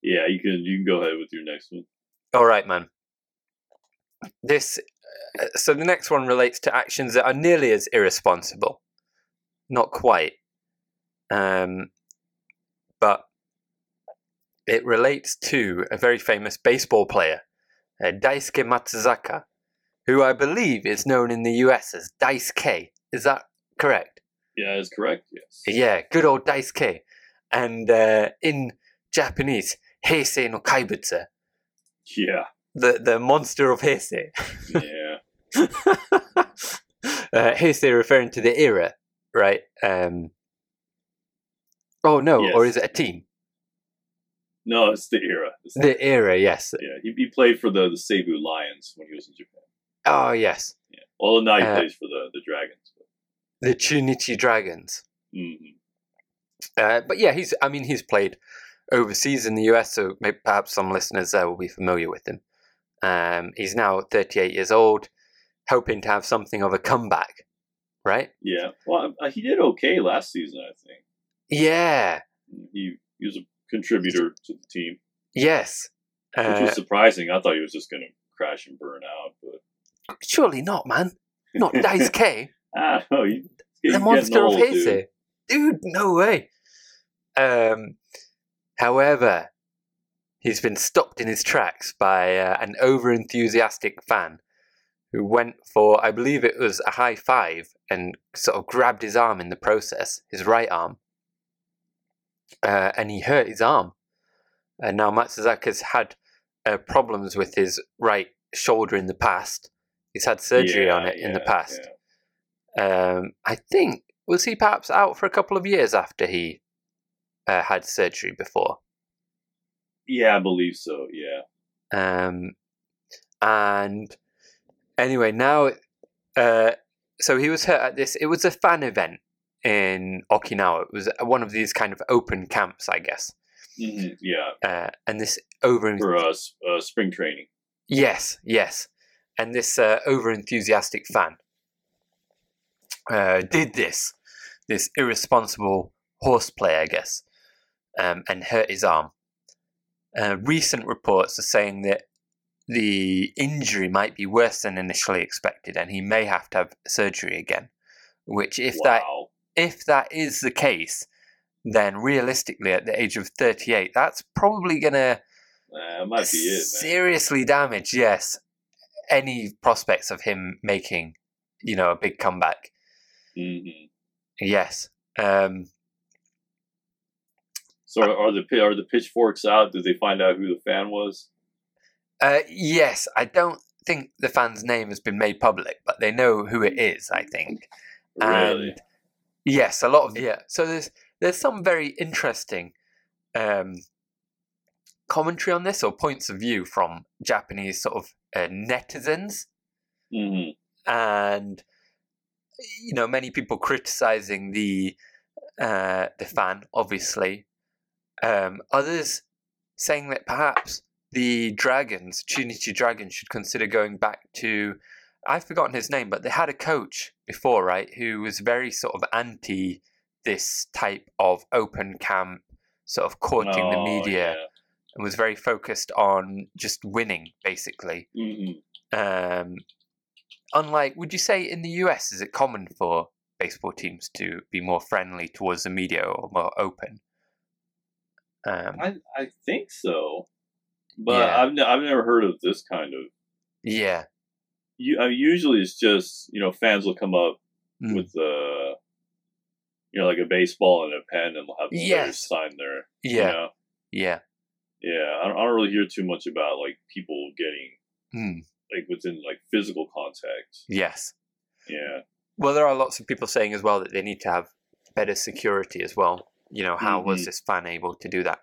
Speaker 2: Yeah, you can you can go ahead with your next one.
Speaker 1: All right, man. This. Uh, so the next one relates to actions that are nearly as irresponsible, not quite, um, but it relates to a very famous baseball player, uh, Daisuke Matsuzaka, who I believe is known in the U.S. as Daisuke. Is that correct?
Speaker 2: Yeah, that's correct. Yes.
Speaker 1: Yeah, good old Daisuke. And uh, in Japanese, Heisei no Kaibutsu,
Speaker 2: Yeah.
Speaker 1: the the monster of Heisei.
Speaker 2: Yeah.
Speaker 1: uh, Heisei referring to the era, right? Um, oh no, or
Speaker 2: Yes.
Speaker 1: is it a team?
Speaker 2: no, it's the era. It's the-
Speaker 1: The era, yes.
Speaker 2: yeah. He, he played for the, the Cebu Lions when he was in Japan.
Speaker 1: Oh yes,
Speaker 2: Yeah. Well, now he
Speaker 1: Uh,
Speaker 2: plays for the, the Dragons. But,
Speaker 1: the Chunichi Dragons.
Speaker 2: mhm.
Speaker 1: Uh, but yeah, he's. I mean, he's played overseas in the US, so maybe perhaps some listeners there will be familiar with him. Um, he's now 38 years old, hoping to have something of a comeback, right?
Speaker 2: Yeah. Well, I- I- he did okay last season, I think.
Speaker 1: Yeah.
Speaker 2: He, he was a contributor to the team,
Speaker 1: Yes.
Speaker 2: which
Speaker 1: Uh,
Speaker 2: was surprising. I thought he was just going to crash and burn out, but
Speaker 1: surely not, man. Not Dice K.
Speaker 2: I don't know. He, he's
Speaker 1: the
Speaker 2: getting
Speaker 1: monster
Speaker 2: old,
Speaker 1: of
Speaker 2: dude.
Speaker 1: Heisei. Dude, no way. Um, however, he's been stopped in his tracks by uh, an over enthusiastic fan who went for, I believe it was a high five and sort of grabbed his arm in the process, his right arm. Uh, and he hurt his arm. And now Matsuzaka's had uh, problems with his right shoulder in the past. He's had surgery
Speaker 2: Yeah,
Speaker 1: on it in the
Speaker 2: yeah,
Speaker 1: past.
Speaker 2: yeah.
Speaker 1: Um, I think was he perhaps out for a couple of years after he uh, had surgery before.
Speaker 2: Yeah, I believe so. Yeah.
Speaker 1: Um, and anyway, now, uh, so he was hurt at this. It was a fan event in Okinawa. It was one of these kind of open camps, I guess.
Speaker 2: Mhm. Yeah.
Speaker 1: Uh, and this over
Speaker 2: For uh, s- uh, spring training.
Speaker 1: Yes, yes. And this uh, over enthusiastic fan uh, did this, this irresponsible horseplay, I guess, um, and hurt his arm. Uh, recent reports are saying that the injury might be worse than initially expected, and he may have to have surgery again. Which, if that
Speaker 2: wow.
Speaker 1: if that is the case, then realistically, at the age of thirty eight, that's probably gonna
Speaker 2: That might be it, man.
Speaker 1: seriously damaged. Yes, any prospects of him making, you know, a big comeback?
Speaker 2: hmm
Speaker 1: Yes. Um,
Speaker 2: So are, are the pi- are the pitchforks out? Did they find out who the fan was?
Speaker 1: uh, yes, I don't think the fan's name has been made public, but they know who it is. I think.
Speaker 2: Really?
Speaker 1: And yes, a lot of yeah. So there's there's some very interesting um, commentary on this or points of view from Japanese sort of uh, netizens.
Speaker 2: hmm
Speaker 1: and you know many people criticizing the uh, the fan obviously um, others saying that perhaps the dragons Chunichi dragons should consider going back to I've forgotten his name but they had a coach before right who was very sort of anti this type of open camp sort of courting
Speaker 2: Oh,
Speaker 1: the media and was very focused on just winning basically
Speaker 2: hmm
Speaker 1: um, unlike, would you say in the US is it common for baseball teams to be more friendly towards the media or more open? Um,
Speaker 2: I I think so, but
Speaker 1: Yeah.
Speaker 2: I've ne- I've never heard of this kind of.
Speaker 1: yeah,
Speaker 2: You, I mean, usually it's just you know fans will come up
Speaker 1: Mm.
Speaker 2: with uh you know like a baseball and a pen and they'll have the players
Speaker 1: Yes.
Speaker 2: sign there.
Speaker 1: yeah,
Speaker 2: You know?
Speaker 1: yeah,
Speaker 2: Yeah, I don't, I don't really hear too much about like people getting
Speaker 1: Hmm.
Speaker 2: like within like physical contact.
Speaker 1: yes.
Speaker 2: Yeah,
Speaker 1: Well, there are lots of people saying as well that they need to have better security as well. You know, how was
Speaker 2: Mhm.
Speaker 1: this fan able to do that?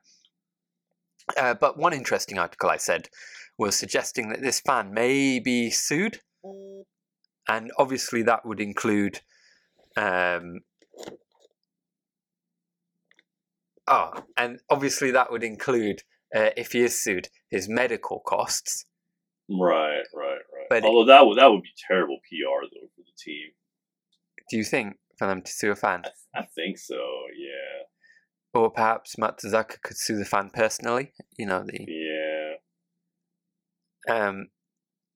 Speaker 1: Uh, but one interesting article I said was suggesting that this fan may be sued, and obviously that would include. Um, oh, and obviously that would include uh, if he is sued, his medical costs.
Speaker 2: right, right, right.
Speaker 1: But-
Speaker 2: Although that would that would be terrible PR though for the team.
Speaker 1: Do you think for them to sue a fan,
Speaker 2: I think so. Yeah,
Speaker 1: or perhaps Matsuzaka could sue the fan personally? You know the.
Speaker 2: yeah.
Speaker 1: Um,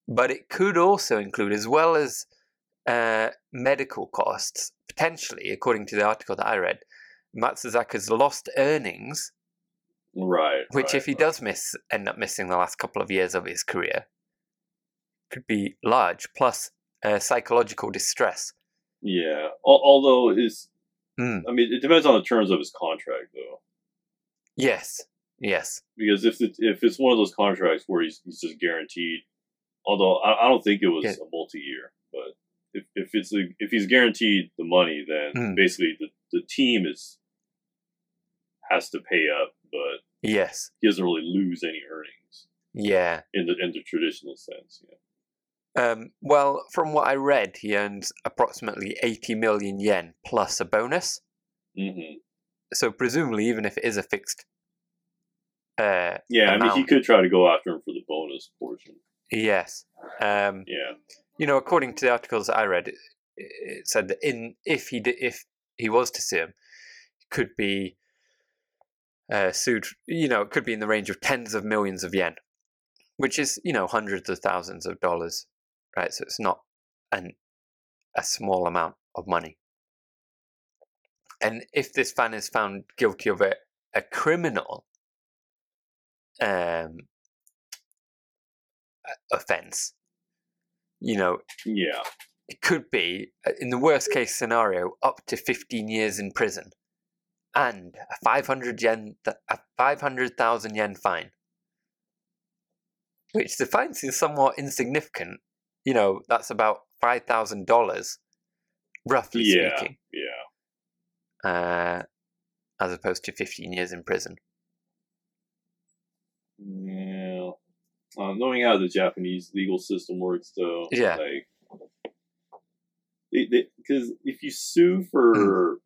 Speaker 1: but it could also include, as well as uh, medical costs, potentially, according to the article that I read, Matsuzaka's lost earnings,
Speaker 2: Right.
Speaker 1: which,
Speaker 2: right,
Speaker 1: if he
Speaker 2: right.
Speaker 1: does miss, end up missing the last couple of years of his career, could be large, plus uh, psychological distress.
Speaker 2: yeah. Al- although is,
Speaker 1: Mm.
Speaker 2: I mean, it depends on the terms of his contract though.
Speaker 1: Yes, Yes.
Speaker 2: because if it, if it's one of those contracts where he's, he's just guaranteed, although I, I don't think it was
Speaker 1: Yeah.
Speaker 2: a multi-year, but if, if it's a, if he's guaranteed the money, then
Speaker 1: Mm.
Speaker 2: basically the, the team is has to pay up, but
Speaker 1: Yes.
Speaker 2: he doesn't really lose any earnings
Speaker 1: Yeah.
Speaker 2: in the in the traditional sense. Yeah.
Speaker 1: Um, well, from what I read, he earns approximately 80 million yen plus a bonus.
Speaker 2: hmm
Speaker 1: So presumably, even if it is a fixed, uh,
Speaker 2: Yeah, I mean he
Speaker 1: Amount.
Speaker 2: could try to go after him for the bonus portion.
Speaker 1: yes, um,
Speaker 2: Yeah.
Speaker 1: you know, according to the articles that I read, it, it said that in if he did, if he was to sue him, he could be uh, sued. You know, it could be in the range of tens of millions of yen, which is you know hundreds of thousands of dollars, right? So it's not an a small amount of money. And if this fan is found guilty of a, a criminal um, offense, you know,
Speaker 2: Yeah.
Speaker 1: it could be, uh, in the
Speaker 2: Mm.
Speaker 1: worst case scenario, up to 15 years in prison and a 500 yen, th- a 500,000 yen fine. Which the fine seems somewhat insignificant. You know, that's about $5,000, roughly
Speaker 2: Yeah.
Speaker 1: speaking,
Speaker 2: Yeah.
Speaker 1: uh, as opposed to 15 years in prison.
Speaker 2: Yeah. Um, knowing how the Japanese legal system works, though,
Speaker 1: Yeah.
Speaker 2: like, because if you sue
Speaker 1: Hmm.
Speaker 2: for,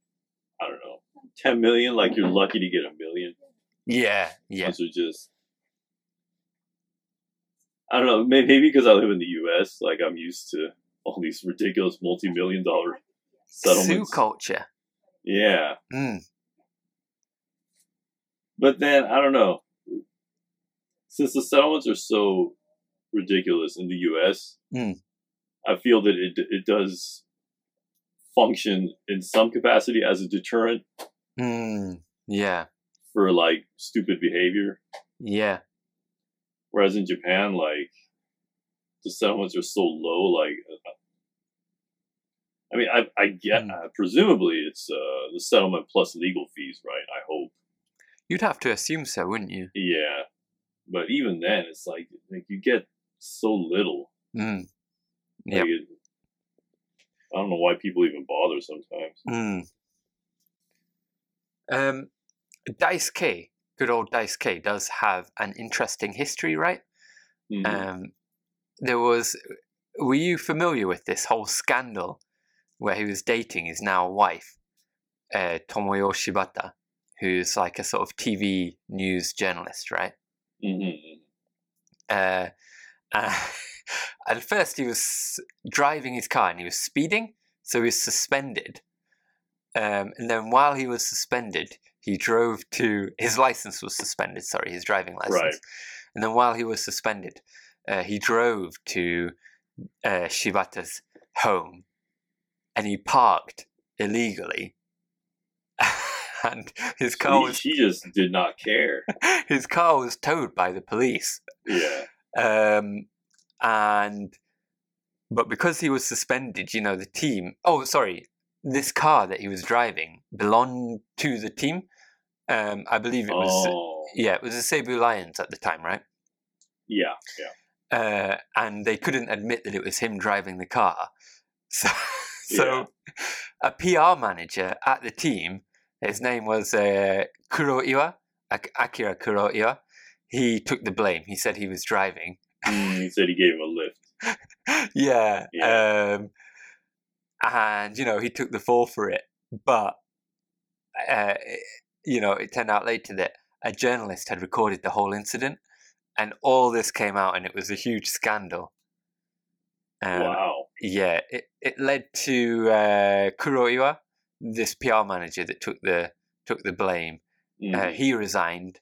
Speaker 2: I don't know, ten million, like you're lucky to get a million.
Speaker 1: Yeah, yeah.
Speaker 2: Those are just, I don't know, may- maybe because I live in the U.S., like I'm used to all these ridiculous multi-million dollar
Speaker 1: Sue
Speaker 2: settlements.
Speaker 1: culture.
Speaker 2: yeah,
Speaker 1: Mm,
Speaker 2: But then I don't know. Since the settlements are so ridiculous in the U.S.,
Speaker 1: Mm.
Speaker 2: I feel that it it does function in some capacity as a deterrent
Speaker 1: mm, yeah,
Speaker 2: for like stupid behavior.
Speaker 1: yeah.
Speaker 2: Whereas in Japan, like the settlements are so low. Like, uh, I mean, I I get
Speaker 1: Mm.
Speaker 2: uh, presumably it's uh, the settlement plus legal fees, right? I hope.
Speaker 1: You'd have to assume so, wouldn't you?
Speaker 2: Yeah, but even then, it's like like you get so little.
Speaker 1: Mm,
Speaker 2: Like,
Speaker 1: Yep.
Speaker 2: it- I don't know why people even bother sometimes.
Speaker 1: Mm. Um, Dice K, good old Dice K, does have an interesting history, right?
Speaker 2: Mhm.
Speaker 1: Um, there was. Were you familiar with this whole scandal where he was dating his now wife, uh, Tomoyo Shibata, who's like a sort of TV news journalist, right?
Speaker 2: Mhm.
Speaker 1: uh, uh, and first he was s- driving his car and he was speeding, so he was suspended. Um, and then while he was suspended, he drove to his license was suspended. Sorry, his driving license.
Speaker 2: Right.
Speaker 1: And then while he was suspended, uh, he drove to uh, Shibata's home, and he parked illegally. and his car
Speaker 2: She,
Speaker 1: was
Speaker 2: she just did not care.
Speaker 1: his car was towed by the police.
Speaker 2: yeah.
Speaker 1: Um, and but because he was suspended, you know, the team. Oh, sorry, this car that he was driving belonged to the team. Um, I believe it was
Speaker 2: Oh.
Speaker 1: yeah, it was the Cebu Lions at the time, right?
Speaker 2: Yeah. Yeah.
Speaker 1: Uh, and they couldn't admit that it was him driving the car. So, so a PR manager at the team, his name was uh, Kuroiwa, Ak- Akira Kuroiwa. He took the blame. He said he was driving.
Speaker 2: Mm, he said he gave him a lift.
Speaker 1: yeah.
Speaker 2: Yeah.
Speaker 1: Um, and, you know, he took the fall for it. But, uh, you know, it turned out later that a journalist had recorded the whole incident and all this came out and it was a huge scandal. Um,
Speaker 2: wow.
Speaker 1: Yeah. It, it led to uh, Kuroiwa, this PR manager that took the took the blame. Uh,
Speaker 2: Mhm.
Speaker 1: he resigned,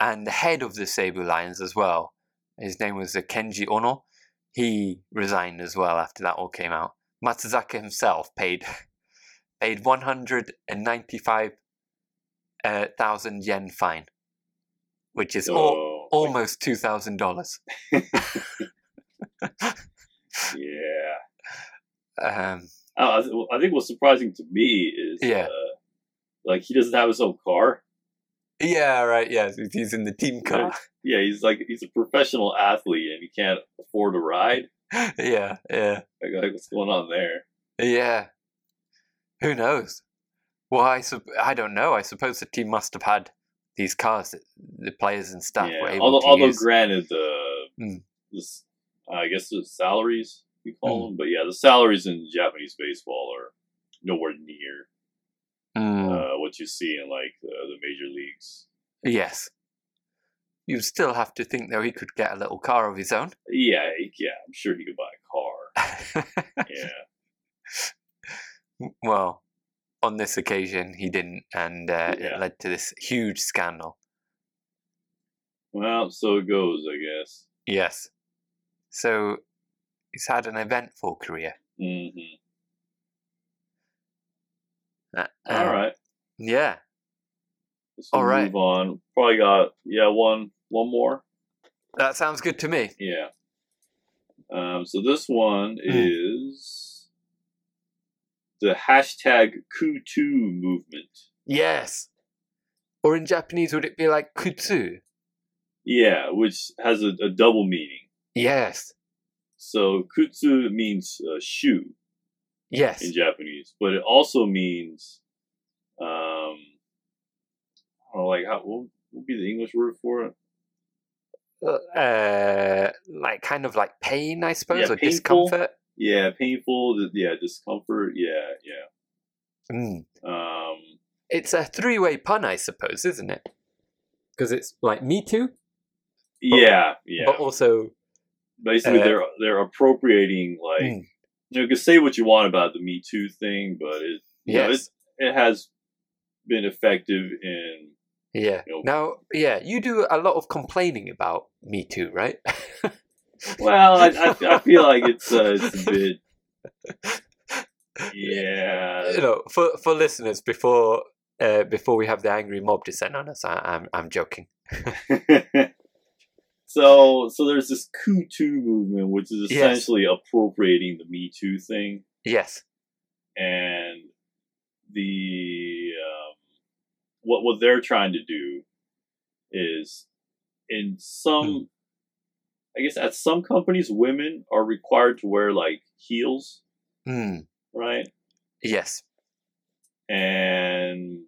Speaker 1: and the head of the Cebu Lions as well, his name was uh, Kenji Ono, he resigned as well after that all came out. Matsuzaka himself paid paid one hundred and ninety five uh, thousand yen fine, which is al-
Speaker 2: So,
Speaker 1: almost two thousand dollars.
Speaker 2: yeah.
Speaker 1: Um,
Speaker 2: Uh, I th- well, I think what's surprising to me is,
Speaker 1: Yeah.
Speaker 2: uh, like, he doesn't have his own car.
Speaker 1: Yeah, right. Yeah, so he's in the team car.
Speaker 2: Yeah, he's like he's a professional athlete and he can't afford a ride.
Speaker 1: yeah, yeah,
Speaker 2: Like, like what's going on there?
Speaker 1: yeah. Who knows? Well, I sup- I don't know. I suppose the team must have had these cars that the players and staff were
Speaker 2: yeah.
Speaker 1: able
Speaker 2: Although,
Speaker 1: to
Speaker 2: although
Speaker 1: use.
Speaker 2: granted, the
Speaker 1: Mm.
Speaker 2: this, I guess the salaries you call
Speaker 1: Hmm.
Speaker 2: them, but yeah, the salaries in Japanese baseball are nowhere near
Speaker 1: Mm,
Speaker 2: uh, what you see in like uh, the major leagues.
Speaker 1: yes. You still have to think though he could get a little car of his own.
Speaker 2: Yeah, he- yeah, I'm sure he could buy a car. yeah,
Speaker 1: well, on this occasion he didn't, and uh,
Speaker 2: Yeah.
Speaker 1: it led to this huge scandal.
Speaker 2: well, so it goes, I guess.
Speaker 1: Yes. So he's had an eventful career.
Speaker 2: hmm
Speaker 1: Uh,
Speaker 2: All
Speaker 1: um,
Speaker 2: right.
Speaker 1: Yeah.
Speaker 2: Let's All
Speaker 1: Alright.
Speaker 2: move on. Probably got yeah one one more.
Speaker 1: That sounds good to me.
Speaker 2: Yeah. Um, so this one
Speaker 1: Hmm.
Speaker 2: is the hashtag Kutu movement.
Speaker 1: Yes. Or in Japanese, would it be like kutsu?
Speaker 2: Yeah, which has a, a double meaning.
Speaker 1: Yes.
Speaker 2: So Kutsu means uh, shoe
Speaker 1: Yes.
Speaker 2: in Japanese, but it also means um, I don't know, like how what would be the English word for it?
Speaker 1: Uh, like kind of like pain, I suppose,
Speaker 2: Yeah,
Speaker 1: or
Speaker 2: painful.
Speaker 1: discomfort.
Speaker 2: Yeah, painful. th- Yeah, discomfort. Yeah, yeah.
Speaker 1: Mm.
Speaker 2: Um,
Speaker 1: It's a three-way pun, I suppose, isn't it? Because it's like me too,
Speaker 2: yeah, yeah.
Speaker 1: but also
Speaker 2: basically
Speaker 1: Uh,
Speaker 2: they're they're appropriating like
Speaker 1: Mm.
Speaker 2: you know you can say what you want about the me too thing but it you know,
Speaker 1: yes,
Speaker 2: it, it has been effective in
Speaker 1: yeah.
Speaker 2: you know-
Speaker 1: Now, yeah, you do a lot of complaining about me too, right?
Speaker 2: well i, I, I feel like it's uh, it's a bit yeah
Speaker 1: you know, for for listeners, before uh, before we have the angry mob descend on us, I, I'm I'm joking.
Speaker 2: so so there's this kutu movement which is
Speaker 1: Yes.
Speaker 2: essentially appropriating the me too thing
Speaker 1: Yes,
Speaker 2: and the um, what what they're trying to do is in some I guess at some companies women are required to wear like heels,
Speaker 1: mm,
Speaker 2: right?
Speaker 1: yes,
Speaker 2: And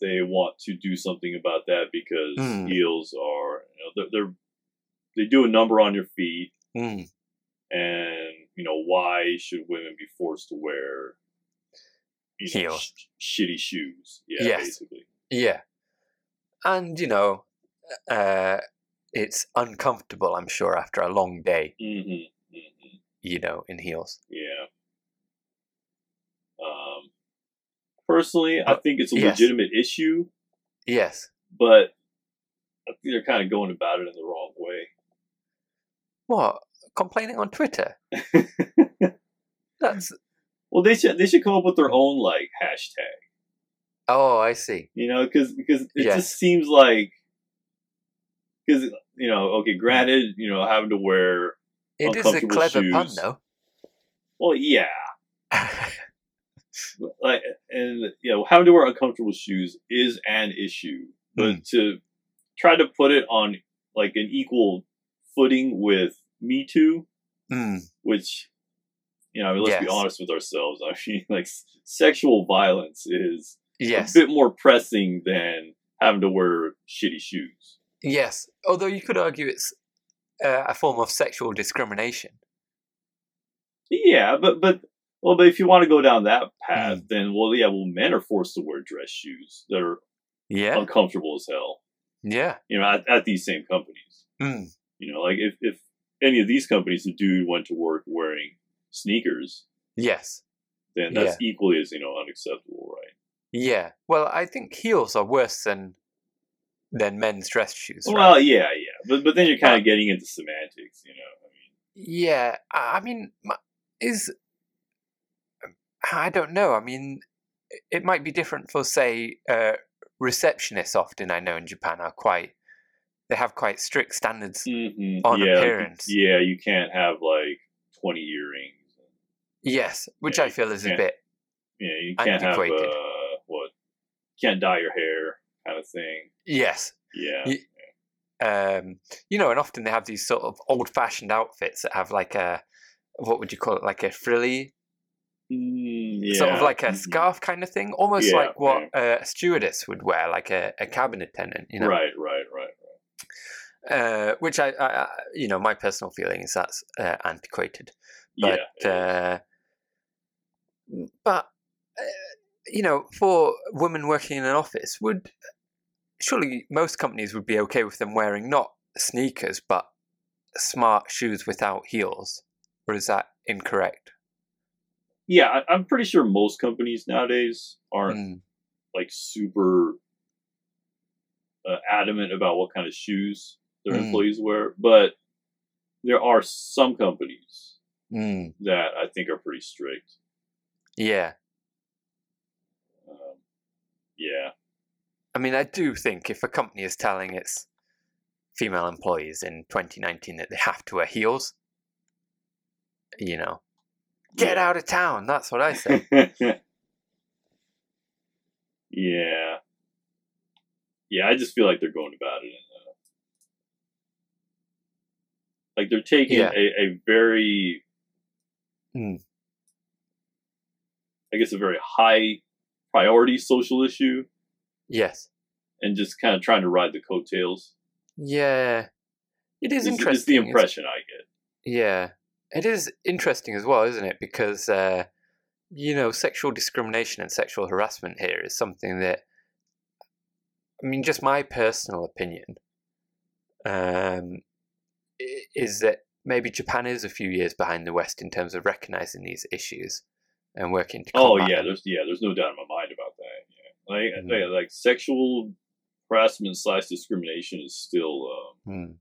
Speaker 2: they want to do something about that because
Speaker 1: Mm.
Speaker 2: heels are you know, they're, they're they do a number on your feet
Speaker 1: mm,
Speaker 2: and you know why should women be forced to wear you know,
Speaker 1: Heels.
Speaker 2: sh- shitty shoes yeah
Speaker 1: Yes.
Speaker 2: basically
Speaker 1: yeah, and you know, uh, it's uncomfortable. I'm sure after a long day,
Speaker 2: hmm hmm
Speaker 1: you know, in heels.
Speaker 2: yeah um personally i think it's a
Speaker 1: Yes.
Speaker 2: legitimate issue
Speaker 1: Yes.
Speaker 2: but i think they're kind of going about it in the wrong way
Speaker 1: What complaining on Twitter? That's
Speaker 2: well they should they should come up with their own like hashtag
Speaker 1: oh, I see.
Speaker 2: you know because because it
Speaker 1: Yes.
Speaker 2: just seems like because you know okay granted you know having to wear
Speaker 1: It is a
Speaker 2: Uncomfortable
Speaker 1: clever pun,
Speaker 2: shoes.
Speaker 1: though.
Speaker 2: well yeah like and you know having to wear uncomfortable shoes is an issue but
Speaker 1: Hmm.
Speaker 2: to try to put it on like an equal footing with me too
Speaker 1: Mm,
Speaker 2: which you know I mean, let's be
Speaker 1: Yes.
Speaker 2: honest with ourselves i mean like s- sexual violence is
Speaker 1: yes.
Speaker 2: a bit more pressing than having to wear shitty shoes
Speaker 1: Yes, although you could argue it's uh, a form of sexual discrimination.
Speaker 2: yeah but but well but if you want to go down
Speaker 1: Hmm.
Speaker 2: that path then well yeah well men are forced to wear dress shoes that are Oh.
Speaker 1: Yeah,
Speaker 2: uncomfortable as hell
Speaker 1: yeah,
Speaker 2: you know at, at these same companies
Speaker 1: mm.
Speaker 2: You know, like if, if any of these companies, the dude went to work wearing sneakers,
Speaker 1: yes,
Speaker 2: then that's equally as, you know, unacceptable, right?
Speaker 1: yeah. Well, I think heels are worse than than men's dress shoes. right?
Speaker 2: Well, yeah, yeah. But, but then you're kind of getting into semantics, you know. I mean,
Speaker 1: yeah. I I mean, my- is um, I don't know. I mean, it might be different for say uh, receptionists. Often, I know in Japan are quite they have quite strict standards
Speaker 2: Mhm,
Speaker 1: Mm-hmm. on
Speaker 2: yeah,
Speaker 1: appearance.
Speaker 2: yeah, you can't have like 20 earrings.
Speaker 1: Yes, which
Speaker 2: Yeah,
Speaker 1: I feel is a
Speaker 2: yeah.
Speaker 1: bit
Speaker 2: Yeah, you can't have,
Speaker 1: Antiquated.
Speaker 2: uh, what? Can't dye your hair. kind of thing.
Speaker 1: Yes.
Speaker 2: Yeah.
Speaker 1: Ye- Um, you know, and often they have these sort of old fashioned outfits that have like a, what would you call it, like a frilly,
Speaker 2: Mm,
Speaker 1: sort
Speaker 2: yeah.
Speaker 1: of like a
Speaker 2: Mhm.
Speaker 1: scarf kind of thing, almost
Speaker 2: Yeah,
Speaker 1: like what a stewardess would wear, like a, a cabin attendant, you know?
Speaker 2: Right, right, right.
Speaker 1: Uh, which I, I, I, you know, my personal feeling is that's uh, antiquated.
Speaker 2: right.
Speaker 1: but uh, but uh, you know, for women working in an office, would surely most companies would be okay with them wearing not sneakers but smart shoes without heels, or is that incorrect?
Speaker 2: yeah, yeah. I, I'm pretty sure most companies nowadays aren't
Speaker 1: Mm,
Speaker 2: like super uh, adamant about what kind of shoes their
Speaker 1: Mm.
Speaker 2: employees wear, but there are some companies
Speaker 1: mm,
Speaker 2: that I think are pretty strict.
Speaker 1: yeah,
Speaker 2: Um, yeah,
Speaker 1: I mean, I do think if a company is telling its female employees in 2019 that they have to wear heels, you know, get out of town. That's what I say.
Speaker 2: yeah, yeah. I just feel like they're going about it in uh, like they're taking
Speaker 1: Yeah.
Speaker 2: a, a very,
Speaker 1: Mm.
Speaker 2: I guess, a very high priority social issue
Speaker 1: yes.
Speaker 2: and just kind of trying to ride the coattails.
Speaker 1: Yeah, it is
Speaker 2: It's,
Speaker 1: interesting.
Speaker 2: the
Speaker 1: isn't-
Speaker 2: impression I get.
Speaker 1: Yeah, it is interesting as well, isn't it? Because uh, you know, sexual discrimination and sexual harassment here is something that, I mean, just my personal opinion, um, i- is that maybe Japan is a few years behind the West in terms of recognizing these issues and working to
Speaker 2: Oh
Speaker 1: combat
Speaker 2: yeah,
Speaker 1: them.
Speaker 2: there's yeah, there's no doubt in my mind about that. Yeah. Like
Speaker 1: Mhm.
Speaker 2: like, like sexual harassment slash discrimination is still um,
Speaker 1: Hmm.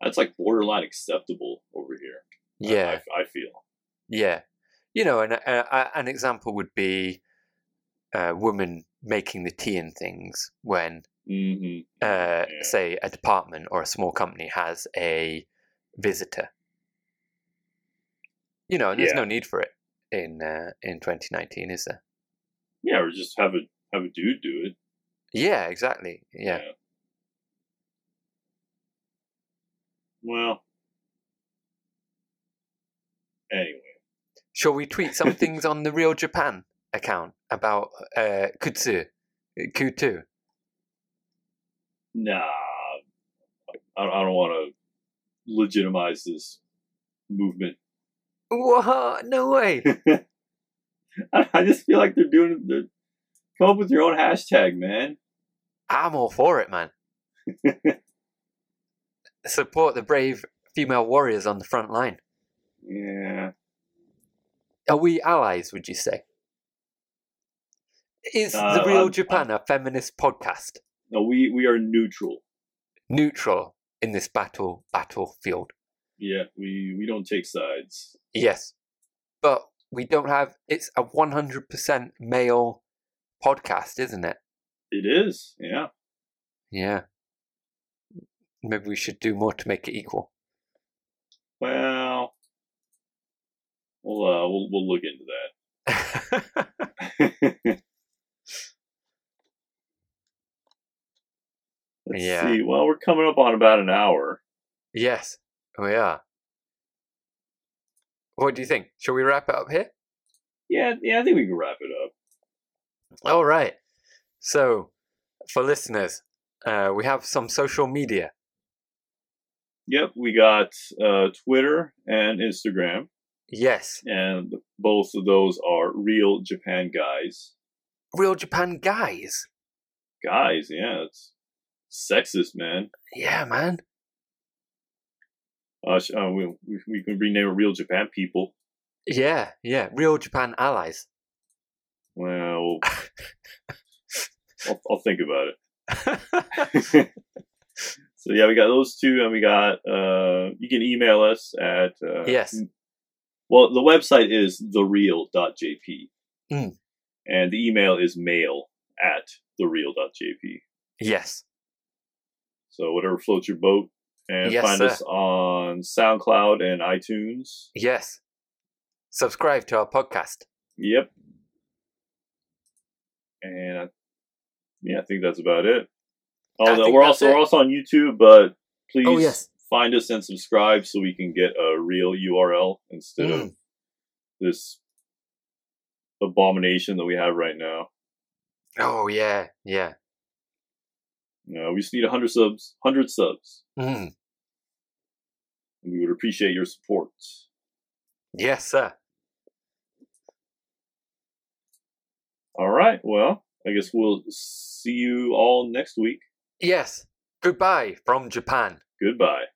Speaker 2: that's like borderline acceptable over here. I-
Speaker 1: Yeah.
Speaker 2: I, I feel.
Speaker 1: Yeah, you know, an a, a, an example would be a woman making the tea and things when,
Speaker 2: hmm
Speaker 1: uh,
Speaker 2: yeah.
Speaker 1: say, a department or a small company has a visitor. You know, and there's
Speaker 2: Yeah.
Speaker 1: no need for it in uh, in 2019, is there?
Speaker 2: yeah, or just have a have a dude do it.
Speaker 1: Yeah, exactly. Yeah,
Speaker 2: Well, anyway,
Speaker 1: shall we tweet some things on the Real Japan account about uh, kutsu, kutu?
Speaker 2: nah, I, I don't want to legitimize this movement.
Speaker 1: What? No way.
Speaker 2: I, I just feel like they're doing. They're, come up with your own hashtag, man.
Speaker 1: I'm all for it, man. Support the brave female warriors on the front line.
Speaker 2: Yeah.
Speaker 1: Are we allies, would you say? Is
Speaker 2: Uh,
Speaker 1: The Real
Speaker 2: I'm-
Speaker 1: Japan a feminist podcast?
Speaker 2: No, we we are neutral.
Speaker 1: Neutral in this battle battlefield.
Speaker 2: Yeah, we we don't take sides.
Speaker 1: Yes. But we don't have it's a one hundred percent male podcast, isn't it?
Speaker 2: It is. Yeah.
Speaker 1: Yeah. Maybe we should do more to make it equal.
Speaker 2: Well. We'll uh, we'll we'll look into that. Let's
Speaker 1: Yeah.
Speaker 2: see. Well, we're coming up on about an hour.
Speaker 1: yes, we are. What do you think? Shall we wrap it up here?
Speaker 2: Yeah, yeah, I think we can wrap it up.
Speaker 1: All right. So, for listeners, uh, we have some social media.
Speaker 2: Yep, we got uh, Twitter and Instagram,
Speaker 1: Yes,
Speaker 2: and both of those are real Japan guys.
Speaker 1: real Japan guys.
Speaker 2: Guys, yeah, it's sexist, man.
Speaker 1: Yeah, man.
Speaker 2: Uh, sh- uh, we, we- we can rename it Real Japan People.
Speaker 1: Yeah, yeah. Real Japan allies.
Speaker 2: Well, I'll, I'll think about it. So yeah, we got those two, and we got uh, you can email us at uh,
Speaker 1: Yes.
Speaker 2: Well, the website is thereal.jp,
Speaker 1: Mm.
Speaker 2: and the email is mail at thereal.jp.
Speaker 1: yes.
Speaker 2: So whatever floats your boat, and
Speaker 1: Yes,
Speaker 2: find
Speaker 1: sir.
Speaker 2: us on SoundCloud and iTunes.
Speaker 1: Yes. Subscribe to our podcast.
Speaker 2: Yep. And I yeah, I think that's about it.
Speaker 1: I
Speaker 2: Although
Speaker 1: think
Speaker 2: we're
Speaker 1: that's
Speaker 2: also
Speaker 1: it.
Speaker 2: we're also on YouTube, but please
Speaker 1: Oh, yes.
Speaker 2: find us and subscribe so we can get a real URL instead of this abomination that we have right now.
Speaker 1: Oh, yeah, yeah.
Speaker 2: You know, we just need hundred subs, hundred subs,
Speaker 1: Mm.
Speaker 2: and we would appreciate your support.
Speaker 1: Yes, sir.
Speaker 2: All right, well, I guess we'll see you all next week.
Speaker 1: Yes. Goodbye from Japan.
Speaker 2: Goodbye.